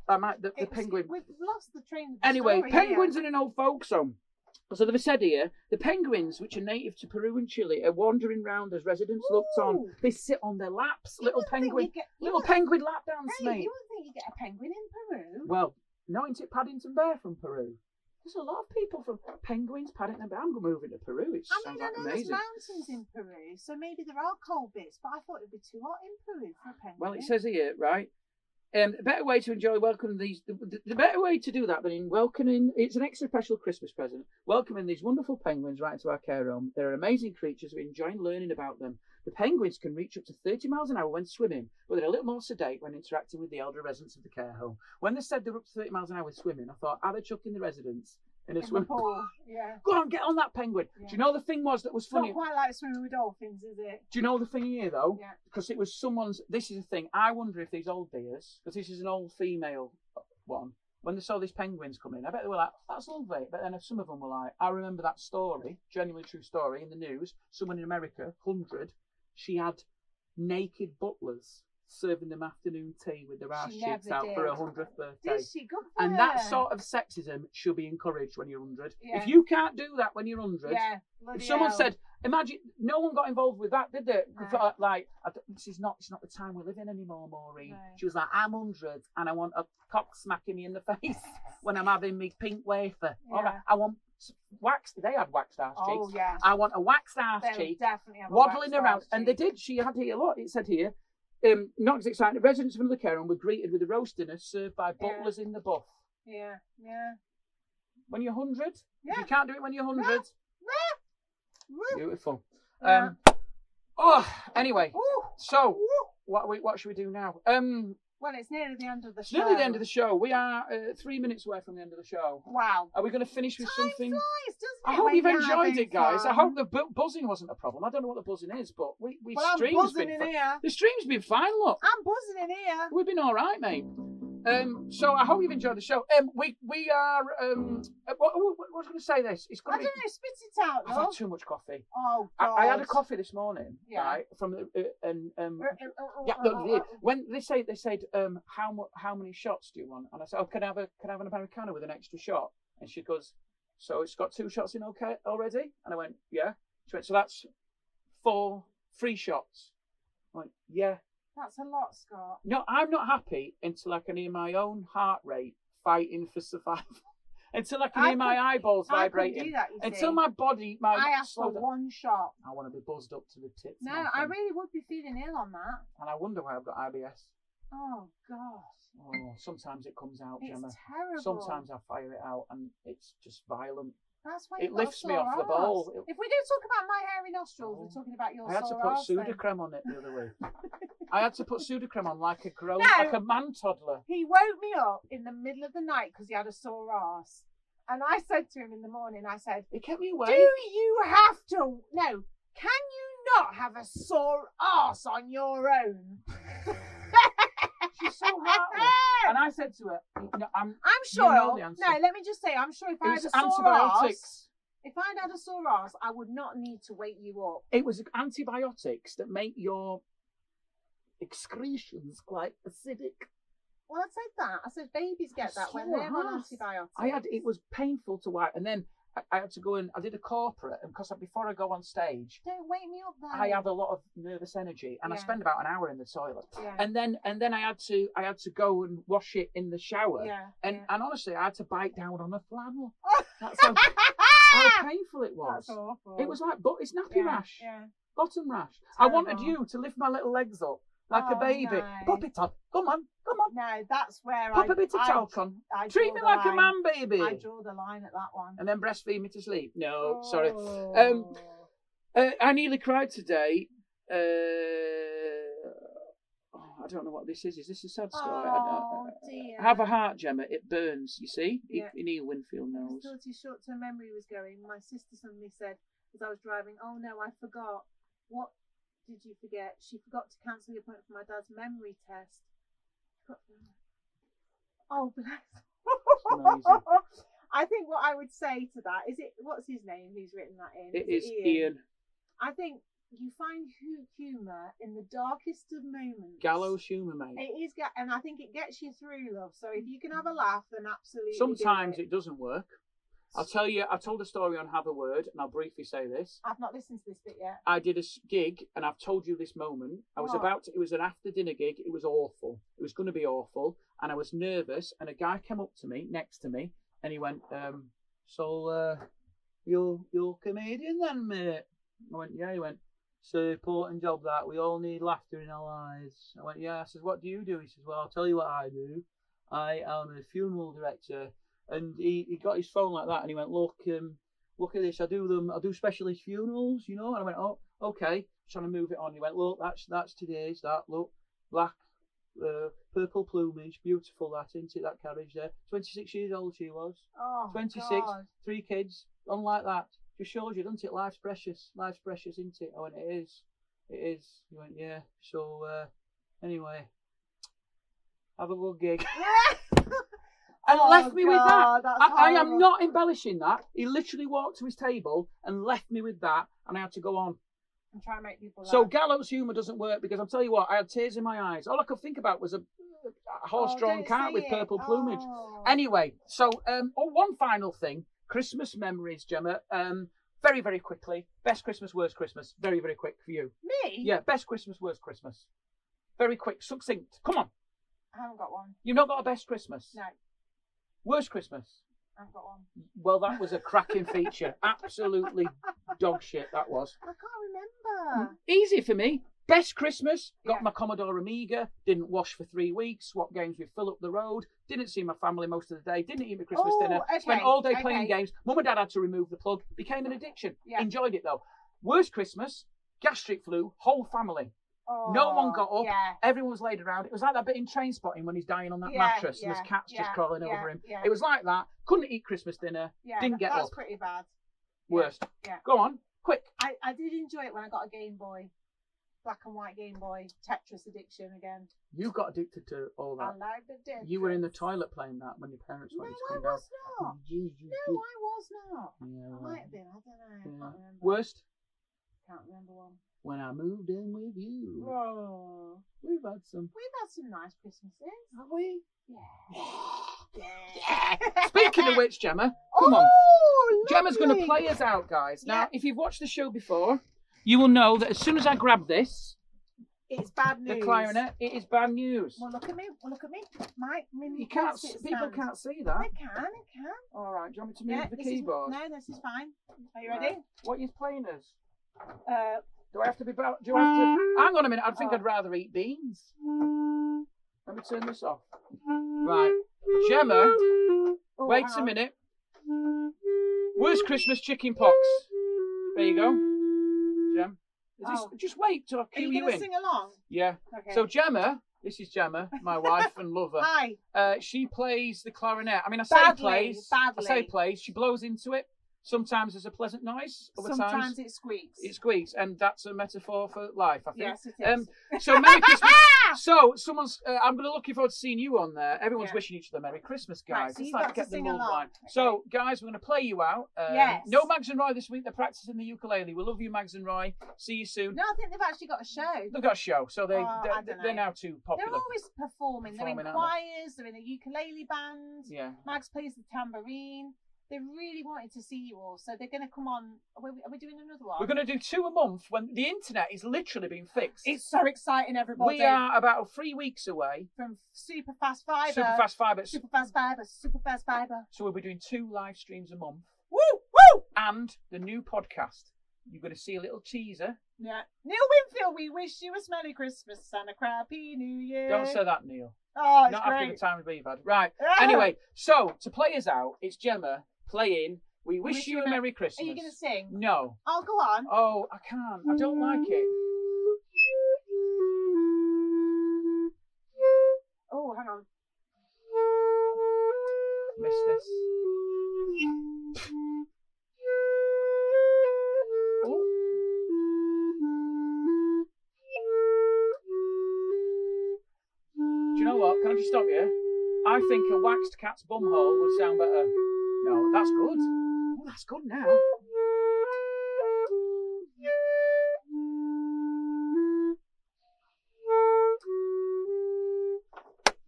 S1: I might the, the
S2: It's-
S1: penguin.
S2: We've lost the train. Of the
S1: Anyway,
S2: story here.
S1: penguins in an old folks home. So they've said here, the penguins, which are native to Peru and Chile, are wandering round as residents looked on.
S2: Ooh.
S1: They sit on their laps,
S2: You
S1: little
S2: wouldn't think
S1: penguin,
S2: you'd get- you
S1: little
S2: wouldn't-
S1: penguin lap dance,
S2: Dave,
S1: mate.
S2: You wouldn't think you get a penguin in Peru.
S1: Well, no, isn't it Paddington Bear from Peru? There's a lot of people from penguins, Paddington Bear. I'm moving to Peru. It
S2: I
S1: sounds
S2: mean, I
S1: like
S2: know there's
S1: amazing.
S2: mountains in Peru, so maybe there are cold bits, but I thought it'd be too hot in Peru for a penguin.
S1: Well, it says here, right? Um, a better way to enjoy welcoming these, the, the, the better way to do that than in welcoming, it's an extra special Christmas present, welcoming these wonderful penguins right into our care home. They're amazing creatures. We're enjoying learning about them. The penguins can reach up to 30 miles an hour when swimming, but they're a little more sedate when interacting with the elder residents of the care home. When they said they're up to 30 miles an hour with swimming, I thought, are they chucking the residents in a
S2: in the
S1: swimming pool?
S2: pool. Yeah.
S1: Go on, get on that penguin. Do
S2: Yeah.
S1: you know the thing was that was
S2: It's not
S1: funny?
S2: quite like swimming with dolphins, is it?
S1: Do you know the thing here though?
S2: Yeah.
S1: because it was someone's. This is the thing. I wonder if these old dears, because this is an old female one, when they saw these penguins come in, I bet they were like, "That's lovely." But then some of them were like, "I remember that story, genuinely true story in the news. Someone in America, hundred, she had naked butlers serving them afternoon tea with their ass
S2: She
S1: cheeks
S2: never
S1: out for
S2: did.
S1: her hundredth birthday."
S2: Did she? Good for
S1: And that
S2: her.
S1: sort of sexism should be encouraged when you're hundred.
S2: Yeah.
S1: If you can't do that when you're hundred,
S2: Yeah.
S1: if
S2: bloody
S1: someone
S2: hell.
S1: said, imagine, no one got involved with that, did they?
S2: No.
S1: Thought, Like, I don't- this is not, it's not the time we live in anymore, Maureen.
S2: No.
S1: She was like, I'm hundred and I want a cock smacking me in the *laughs*
S2: *laughs*
S1: face when I'm having me pink wafer. All right,
S2: Yeah.
S1: I want s- wax. They had waxed ass
S2: Oh
S1: cheeks.
S2: yeah.
S1: I want a waxed ass
S2: They'll
S1: cheek
S2: definitely have a
S1: waddling
S2: wax
S1: around,
S2: ass
S1: and they
S2: cheek.
S1: did. She had here a lot. It said here, Um, not as exciting. Residents of another care home were greeted with a roast dinner served by
S2: Yeah.
S1: butlers in the buff.
S2: Yeah, yeah.
S1: When you're 100, if
S2: Yeah.
S1: you can't do it when you're 100,
S2: Woo.
S1: beautiful.
S2: Yeah.
S1: Um, oh, anyway,
S2: Ooh,
S1: so
S2: ooh.
S1: what we, what should we do now? Um,
S2: Well, it's nearly the end of the
S1: it's
S2: show.
S1: nearly the end of the show. We are uh, three minutes away from the end of the show.
S2: Wow.
S1: Are we going to finish with
S2: Time
S1: something?
S2: flies, doesn't
S1: I
S2: it,
S1: hope
S2: when
S1: you've
S2: you're
S1: enjoyed
S2: having
S1: it, guys. I
S2: fun?
S1: hope the bu- buzzing wasn't a problem. I don't know what the buzzing is, but we we
S2: Well, I'm
S1: stream's
S2: buzzing
S1: been
S2: in
S1: fi-
S2: here.
S1: the stream's been fine. Look,
S2: I'm buzzing in here.
S1: we've been all right, mate. Um, so I hope you've enjoyed the show. Um, we we are um, uh, what, what, what was going to say this? It's
S2: I
S1: going
S2: don't
S1: to be.
S2: know. Spit it out,
S1: I've had
S2: though.
S1: too much coffee.
S2: Oh God.
S1: I, I had a coffee this morning,
S2: Yeah.
S1: right? From the, uh, and um, yeah,
S2: Yeah,
S1: no, they- when they say they said um, how mu- how many shots do you want? And I said, oh, can I have a can I have an americano with an extra shot? And she goes, so it's got two shots in okay already? And I went, yeah. She went, so that's four free shots. I went, yeah.
S2: That's a lot, Scott.
S1: No, I'm not happy until I can hear my own heart rate fighting for survival. *laughs* until I can
S2: I
S1: hear my
S2: could-
S1: eyeballs
S2: I couldn't
S1: vibrating.
S2: do that, you
S1: Until
S2: see.
S1: my body, my
S2: I asked for
S1: slow down.
S2: one shot.
S1: I want to be buzzed up to the tip.
S2: No, I really would be feeling ill on that.
S1: and I wonder why I've got IBS.
S2: Oh gosh,
S1: Oh, sometimes it comes out,
S2: it's
S1: Oh, Gemma.
S2: terrible.
S1: Sometimes I fire it out and it's just violent.
S2: that's why
S1: it
S2: you've got a
S1: lifts me
S2: sore
S1: off the
S2: arse.
S1: ball. It-
S2: If we do talk about my hairy nostrils,
S1: Oh.
S2: we're talking about your
S1: I had to
S2: sore
S1: put
S2: arse then.
S1: Sudocrem on it the other
S2: *laughs*
S1: week. I had to put Sudocrem on like a grown,
S2: No.
S1: like a man toddler.
S2: He woke me up in the middle of the night because he had a sore arse, and I said to him in the morning, I said,
S1: It kept me
S2: "Do
S1: awake.
S2: you have to? No, can you not have a sore arse on your own?"
S1: She's so heartless. *laughs* And I said to her, no, I'm,
S2: I'm
S1: You know
S2: sure.
S1: the answer.
S2: no, let me just say, I'm sure if
S1: it
S2: I had
S1: was
S2: a sore arse,
S1: antibiotics.
S2: if I'd had a sore arse, I would not need to wake you up.
S1: It was antibiotics that make your excretions quite acidic.
S2: Well, I said that. I said babies get
S1: A
S2: that when
S1: sore
S2: they're on
S1: arse.
S2: antibiotics.
S1: I had it was painful to wipe, and then I, I had to go and I did a corporate, and because before I go on stage,
S2: Don't wake me up though.
S1: I have a lot of nervous energy, and I
S2: Yeah.
S1: spend about an hour in the toilet,
S2: Yeah.
S1: and then and then I had to I had to go and wash it in the shower,
S2: yeah.
S1: and
S2: yeah.
S1: and honestly, I had to bite down on a
S2: *laughs*
S1: flannel. That's how, how painful it was.
S2: That's awful.
S1: It was like but it's nappy
S2: yeah,
S1: rash,
S2: Yeah.
S1: bottom rash. I wanted
S2: Terrible.
S1: you to lift my little legs up like a
S2: Oh,
S1: baby.
S2: no.
S1: Pop it on, come on, come on.
S2: No, that's where
S1: Pop
S2: I.
S1: a bit of
S2: I-
S1: talc on.
S2: I
S1: Treat
S2: draw
S1: me
S2: the
S1: like a
S2: line.
S1: man, baby.
S2: I draw the line at that one.
S1: and then breastfeed me to sleep. No,
S2: Oh.
S1: sorry. Um, Uh, I nearly cried today. Uh, oh, I don't know what this is. Is this a sad story? I-
S2: Oh
S1: I-
S2: dear.
S1: I- have a heart, Gemma. It burns. You see, E-
S2: Yeah.
S1: Neil Winfield
S2: I
S1: knows.
S2: was thought his short term memory was going. My sister suddenly said, as I was driving, Oh no, I forgot. What did you forget? She forgot to cancel the appointment for my dad's memory test. uh, Oh, bless.
S1: amazing.
S2: *laughs* I think what I would say to that is it, what's his name who's written that in?
S1: It is Ian
S2: I think you find hu- humour in the darkest of moments.
S1: Gallows Humor, mate.
S2: It is, ga- and I think it gets you through, love. So if you can have a laugh, then absolutely. do
S1: Mm. Sometimes
S2: it.
S1: it doesn't work. I'll tell you. I told a story on Have a Word, and I'll briefly say this.
S2: I've not listened to this bit yet.
S1: I did a s- gig, and I've told you this moment. I was
S2: What?
S1: about. To, it was an after dinner gig. It was awful. It was going to be awful, and I was nervous. And a guy came up to me, next to me, and he went, um, "So uh, you're you're a comedian then, mate?" I went, "Yeah." He went, "It's an important job that we all need laughter in our lives." I went, "Yeah." I says, "What do you do?" He says, "Well, I'll tell you what I do. I am a funeral director." And he, he got his phone like that, and he went, "Look, um, look at this. I do them. I do specialist funerals, you know." And I went, "Oh, okay." Trying to move it on. He went, "Look, that's that's today's. That look, black, uh, purple plumage, beautiful. That isn't it? That carriage there. Twenty six years old she was.
S2: Oh,
S1: 26.
S2: God.
S1: Three kids. Unlike that. Just shows you, doesn't it? Life's precious. Life's precious, isn't it?" I went, "It is. It is." He went, "Yeah." So uh, anyway, have a good gig. And
S2: Oh,
S1: left me with that.
S2: God, that's
S1: I, I am
S2: horrible.
S1: not embellishing that. He literally walked to his table and left me with that, and I had to go on.
S2: I'm trying to make people laugh.
S1: So gallows humour doesn't work because I'll tell you what, I had tears in my eyes. All I could think about was a, a horse-drawn
S2: Oh, don't
S1: cart
S2: say
S1: with
S2: it.
S1: purple plumage.
S2: Oh.
S1: Anyway, so um, oh, one final thing: Christmas memories, Gemma. Um, very, very quickly. Best Christmas, worst Christmas. Very, very quick for you.
S2: me?
S1: Yeah, best Christmas, worst Christmas. Very quick, succinct. Come on,
S2: I haven't got one.
S1: you've not got a best Christmas.
S2: No,
S1: Worst Christmas.
S2: I've got one.
S1: Well, that was a cracking feature. Absolutely dog shit that was.
S2: I can't remember.
S1: Easy for me. Best Christmas, got
S2: Yeah.
S1: my Commodore Amiga, didn't wash for three weeks, swapped games with Phil up the road, didn't see my family most of the day, didn't eat my Christmas
S2: Oh,
S1: dinner, spent
S2: okay,
S1: all day playing
S2: okay.
S1: games. Mum and dad had to remove the plug, became an addiction.
S2: Yeah.
S1: Enjoyed it though. Worst Christmas, gastric flu, whole family. No one
S2: Oh,
S1: got up.
S2: Yeah.
S1: Everyone was laid around. It was like that bit in train spotting when he's dying on that
S2: yeah,
S1: mattress and
S2: yeah,
S1: his cat's just
S2: yeah,
S1: crawling
S2: yeah,
S1: over him.
S2: Yeah,
S1: It was like that. Couldn't eat Christmas dinner.
S2: yeah,
S1: didn't
S2: that-
S1: get
S2: That's
S1: up.
S2: pretty bad.
S1: Worst.
S2: yeah.
S1: Go on, quick.
S2: I, I did enjoy it when I got a Game Boy, black and white Game Boy, Tetris addiction again.
S1: You got addicted to all
S2: I
S1: that.
S2: like the dead.
S1: You were in the toilet playing that when your parents
S2: No,
S1: wanted
S2: I
S1: you to come down.
S2: was not.
S1: You- you
S2: No, I was not.
S1: did. Yeah,
S2: I
S1: well,
S2: might have been. I don't
S1: Mm.
S2: know.
S1: yeah.
S2: I can't remember.
S1: Worst
S2: Can't remember one.
S1: when I moved in with you.
S2: Whoa.
S1: We've had some,
S2: We've had some nice Christmases.
S1: have we?
S2: Yeah.
S1: Yeah. Speaking of which, Gemma, come on.
S2: Oh,
S1: Gemma's going to
S2: lovely.
S1: play us out, guys. Now,
S2: Yeah.
S1: if you've watched the show before, you will know that as soon as I grab this,
S2: It's bad news.
S1: the clarinet, it is bad news.
S2: Well, look at me. Well, look at me. My mini
S1: You can't.
S2: concert
S1: s- People
S2: stand.
S1: can't see
S2: I
S1: that.
S2: can. I can.
S1: All right. Do you want me to move
S2: Yeah,
S1: the
S2: this is-
S1: keyboard?
S2: no, this is fine. Are you
S1: Right.
S2: ready?
S1: What are you playing us?
S2: Uh,
S1: Do I have to be? Ba- do I have to? Hang on a minute. I think
S2: Oh.
S1: I'd rather eat beans. Let me turn this off. Right, Gemma.
S2: oh,
S1: wait
S2: hang
S1: a
S2: on.
S1: minute. Worst Christmas chicken pox. There you go, Gem. Is this-
S2: Oh.
S1: Just wait till I
S2: Are
S1: cue
S2: you
S1: you,
S2: going to
S1: in.
S2: sing along?
S1: Yeah.
S2: Okay.
S1: So Gemma, this is Gemma, my
S2: *laughs*
S1: wife and lover.
S2: Hi.
S1: Uh, she plays the clarinet. I mean, I say
S2: Badly,
S1: plays.
S2: badly.
S1: I say plays. She blows into it. Sometimes there's a pleasant noise. Other
S2: Sometimes
S1: times
S2: it squeaks.
S1: it squeaks, and that's a metaphor for life, I think.
S2: yes, it is.
S1: Um, so Merry
S2: *laughs*
S1: Christmas. So someone's. Uh, I'm gonna looking forward to seeing you on there. Everyone's
S2: Yeah.
S1: wishing each other Merry Christmas, guys.
S2: Right, so
S1: it's
S2: you've
S1: like
S2: got to
S1: get them
S2: sing
S1: all
S2: along.
S1: right.
S2: Okay.
S1: So guys, we're gonna play you out. Um,
S2: Yes.
S1: No Mags and Roy this week. They're practicing the ukulele. We love you, Mags and Roy. See you soon.
S2: no, I think they've actually got a show.
S1: They've got a show, so they
S2: Oh, I
S1: they're,
S2: don't
S1: they're
S2: know.
S1: now too popular.
S2: They're always performing.
S1: Performing,
S2: They're in
S1: aren't they?
S2: choirs. They're in a ukulele band.
S1: Yeah.
S2: Mags plays the tambourine. They really wanted to see you all, so they're going to come on. Are we, are we doing another one?
S1: We're going to do two a month when the internet is literally being fixed.
S2: It's so exciting, everybody.
S1: we are about three weeks away.
S2: from super fast fiber.
S1: Super fast fibre.
S2: Super fast fiber. Super fast fiber.
S1: So we'll be doing two live streams a month
S2: Woo woo!
S1: and the new podcast. You're going to see a little teaser.
S2: Yeah. Neil Winfield, we wish you a smelly Christmas and a crappy New Year.
S1: Don't say that, Neil.
S2: Oh, it's
S1: Not after
S2: great.
S1: the time we've had. Right.
S2: Ah!
S1: Anyway, so to play us out, it's Gemma playing. We wish, you a Merry
S2: are
S1: Christmas.
S2: you going to sing?
S1: No.
S2: I'll go on.
S1: Oh, I can't. I don't like it.
S2: Oh, hang on.
S1: Miss this. Oh, do you know what? Can I just stop you? I think a waxed cat's bumhole would sound better. No, that's good. Oh, that's good now.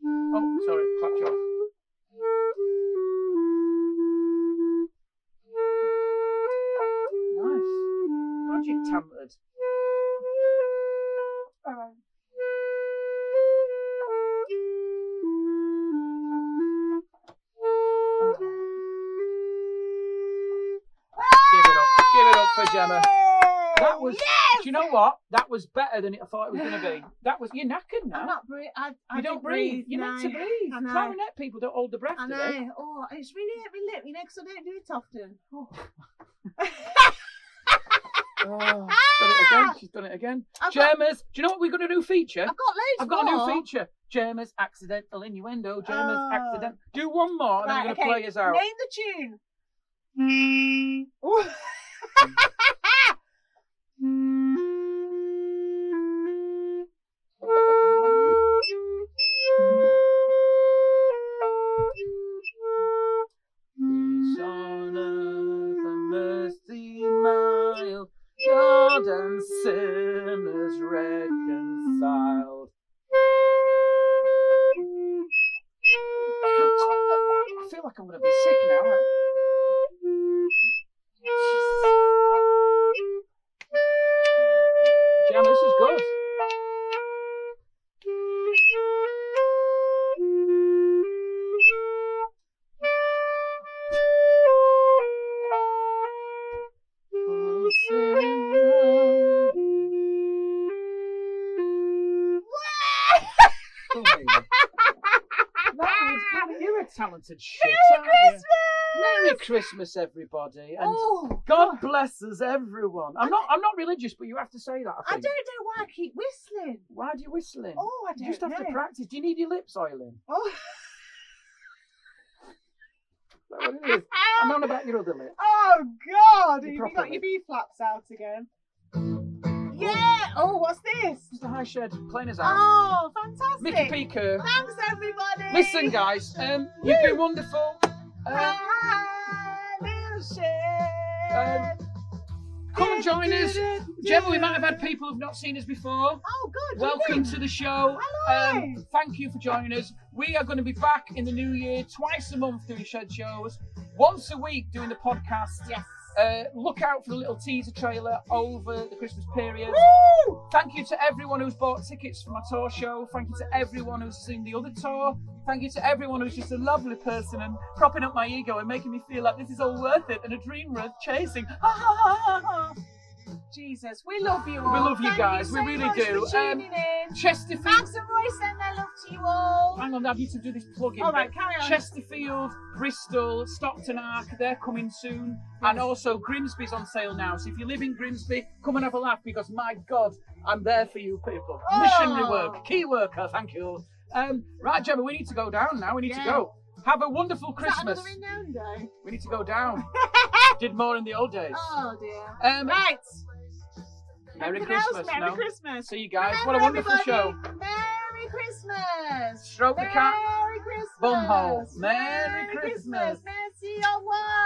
S1: Oh, sorry, clapped you off. Nice. God, you tampered.
S2: Oh,
S1: Give it up. Give it up for Gemma. That was.
S2: Yes!
S1: Do you know what? That was better than I thought it was going to
S2: *gasps*
S1: be. That was. You're knackered now.
S2: I'm not breathing. I, I
S1: you don't
S2: didn't
S1: breathe. You're
S2: no.
S1: meant to breathe.
S2: I know.
S1: Clarinet people don't hold the breath.
S2: I
S1: do they?
S2: know. Oh, it's really hit my lip, you know, because I don't do it often. Oh.
S1: Oh, she's done it
S2: *laughs*
S1: again. She's done it again.
S2: I've, got,
S1: Gemma's. Do you know what we're going to do? Feature.
S2: I've got loads
S1: I've got a
S2: more.
S1: new feature. Gemma's accidental innuendo. Gemma's
S2: Oh.
S1: accident. Do one more, and
S2: Right,
S1: then we're going to
S2: okay.
S1: play us out.
S2: Name the tune. Ooh.
S1: Peace on earth and mercy mild, God and sinners reconciled. I feel like I'm gonna be sick now.
S2: *laughs*
S1: bloody- You're a talented shit.
S2: Merry
S1: aren't you?
S2: Christmas!
S1: Merry Christmas, everybody, and
S2: oh,
S1: God bless us, everyone. I'm not. I'm not religious, but you have to say that. I
S2: I
S1: think.
S2: don't know why I keep whistling.
S1: Why are you whistling?
S2: Oh, I don't
S1: you just have
S2: know.
S1: to practice. Do you need your lips oiling?
S2: Oh.
S1: Is that what it is? I'm on about your other lip.
S2: Oh
S1: Your
S2: God! Have you
S1: proper
S2: got
S1: lip.
S2: your B flaps out again? Yeah. Oh, what's this?
S1: It's the high shed playing us out.
S2: Oh, fantastic!
S1: Mickey P. Kerr.
S2: Thanks, everybody.
S1: Listen, guys, um, you've been wonderful. Um,
S2: Hi, little shed.
S1: um, come and join us. Gemma, we might have had people who've not seen us before.
S2: Oh, good.
S1: Welcome
S2: evening.
S1: to the show.
S2: Hello.
S1: Um, thank you for joining us. We are going to be back in the new year, twice a month doing shed shows, once a week doing the podcast.
S2: yes.
S1: Uh, look out for the little teaser trailer over the Christmas period.
S2: Woo!
S1: Thank you to everyone who's bought tickets for my tour show. Thank you to everyone who's seen the other tour. Thank you to everyone who's just a lovely person and propping up my ego and making me feel like this is all worth it and a dream worth chasing. Ah,
S2: Uh-huh. Jesus, we love you all.
S1: love you
S2: Thank
S1: guys,
S2: so
S1: we really
S2: much
S1: do. Um,
S2: For tuning in.
S1: Chesterfield.
S2: Thanks and Roy send their love to you all.
S1: Hang on, I need to do this plug in.
S2: All right, carry on.
S1: Chesterfield, Bristol, Stockton Arc, they're coming soon. And also Grimsby's on sale now. So if you live in Grimsby, come and have a laugh because my God, I'm there for you people.
S2: Oh.
S1: Missionary work, key worker, thank you. Um, right, Gemma, we need to go down now. We need
S2: Yeah.
S1: to go. Have a wonderful Christmas.
S2: Is that another innuendo?
S1: We need to go
S2: *laughs*
S1: down. Did more in the old days.
S2: Oh dear.
S1: Um,
S2: Right.
S1: Merry
S2: Everything else,
S1: Christmas.
S2: Merry
S1: no?
S2: Christmas.
S1: See you guys.
S2: Remember,
S1: what a wonderful
S2: everybody,
S1: show.
S2: Merry Christmas.
S1: Stroke the cat.
S2: Merry Christmas.
S1: Bumhole. Merry Christmas.
S2: Merci, au revoir.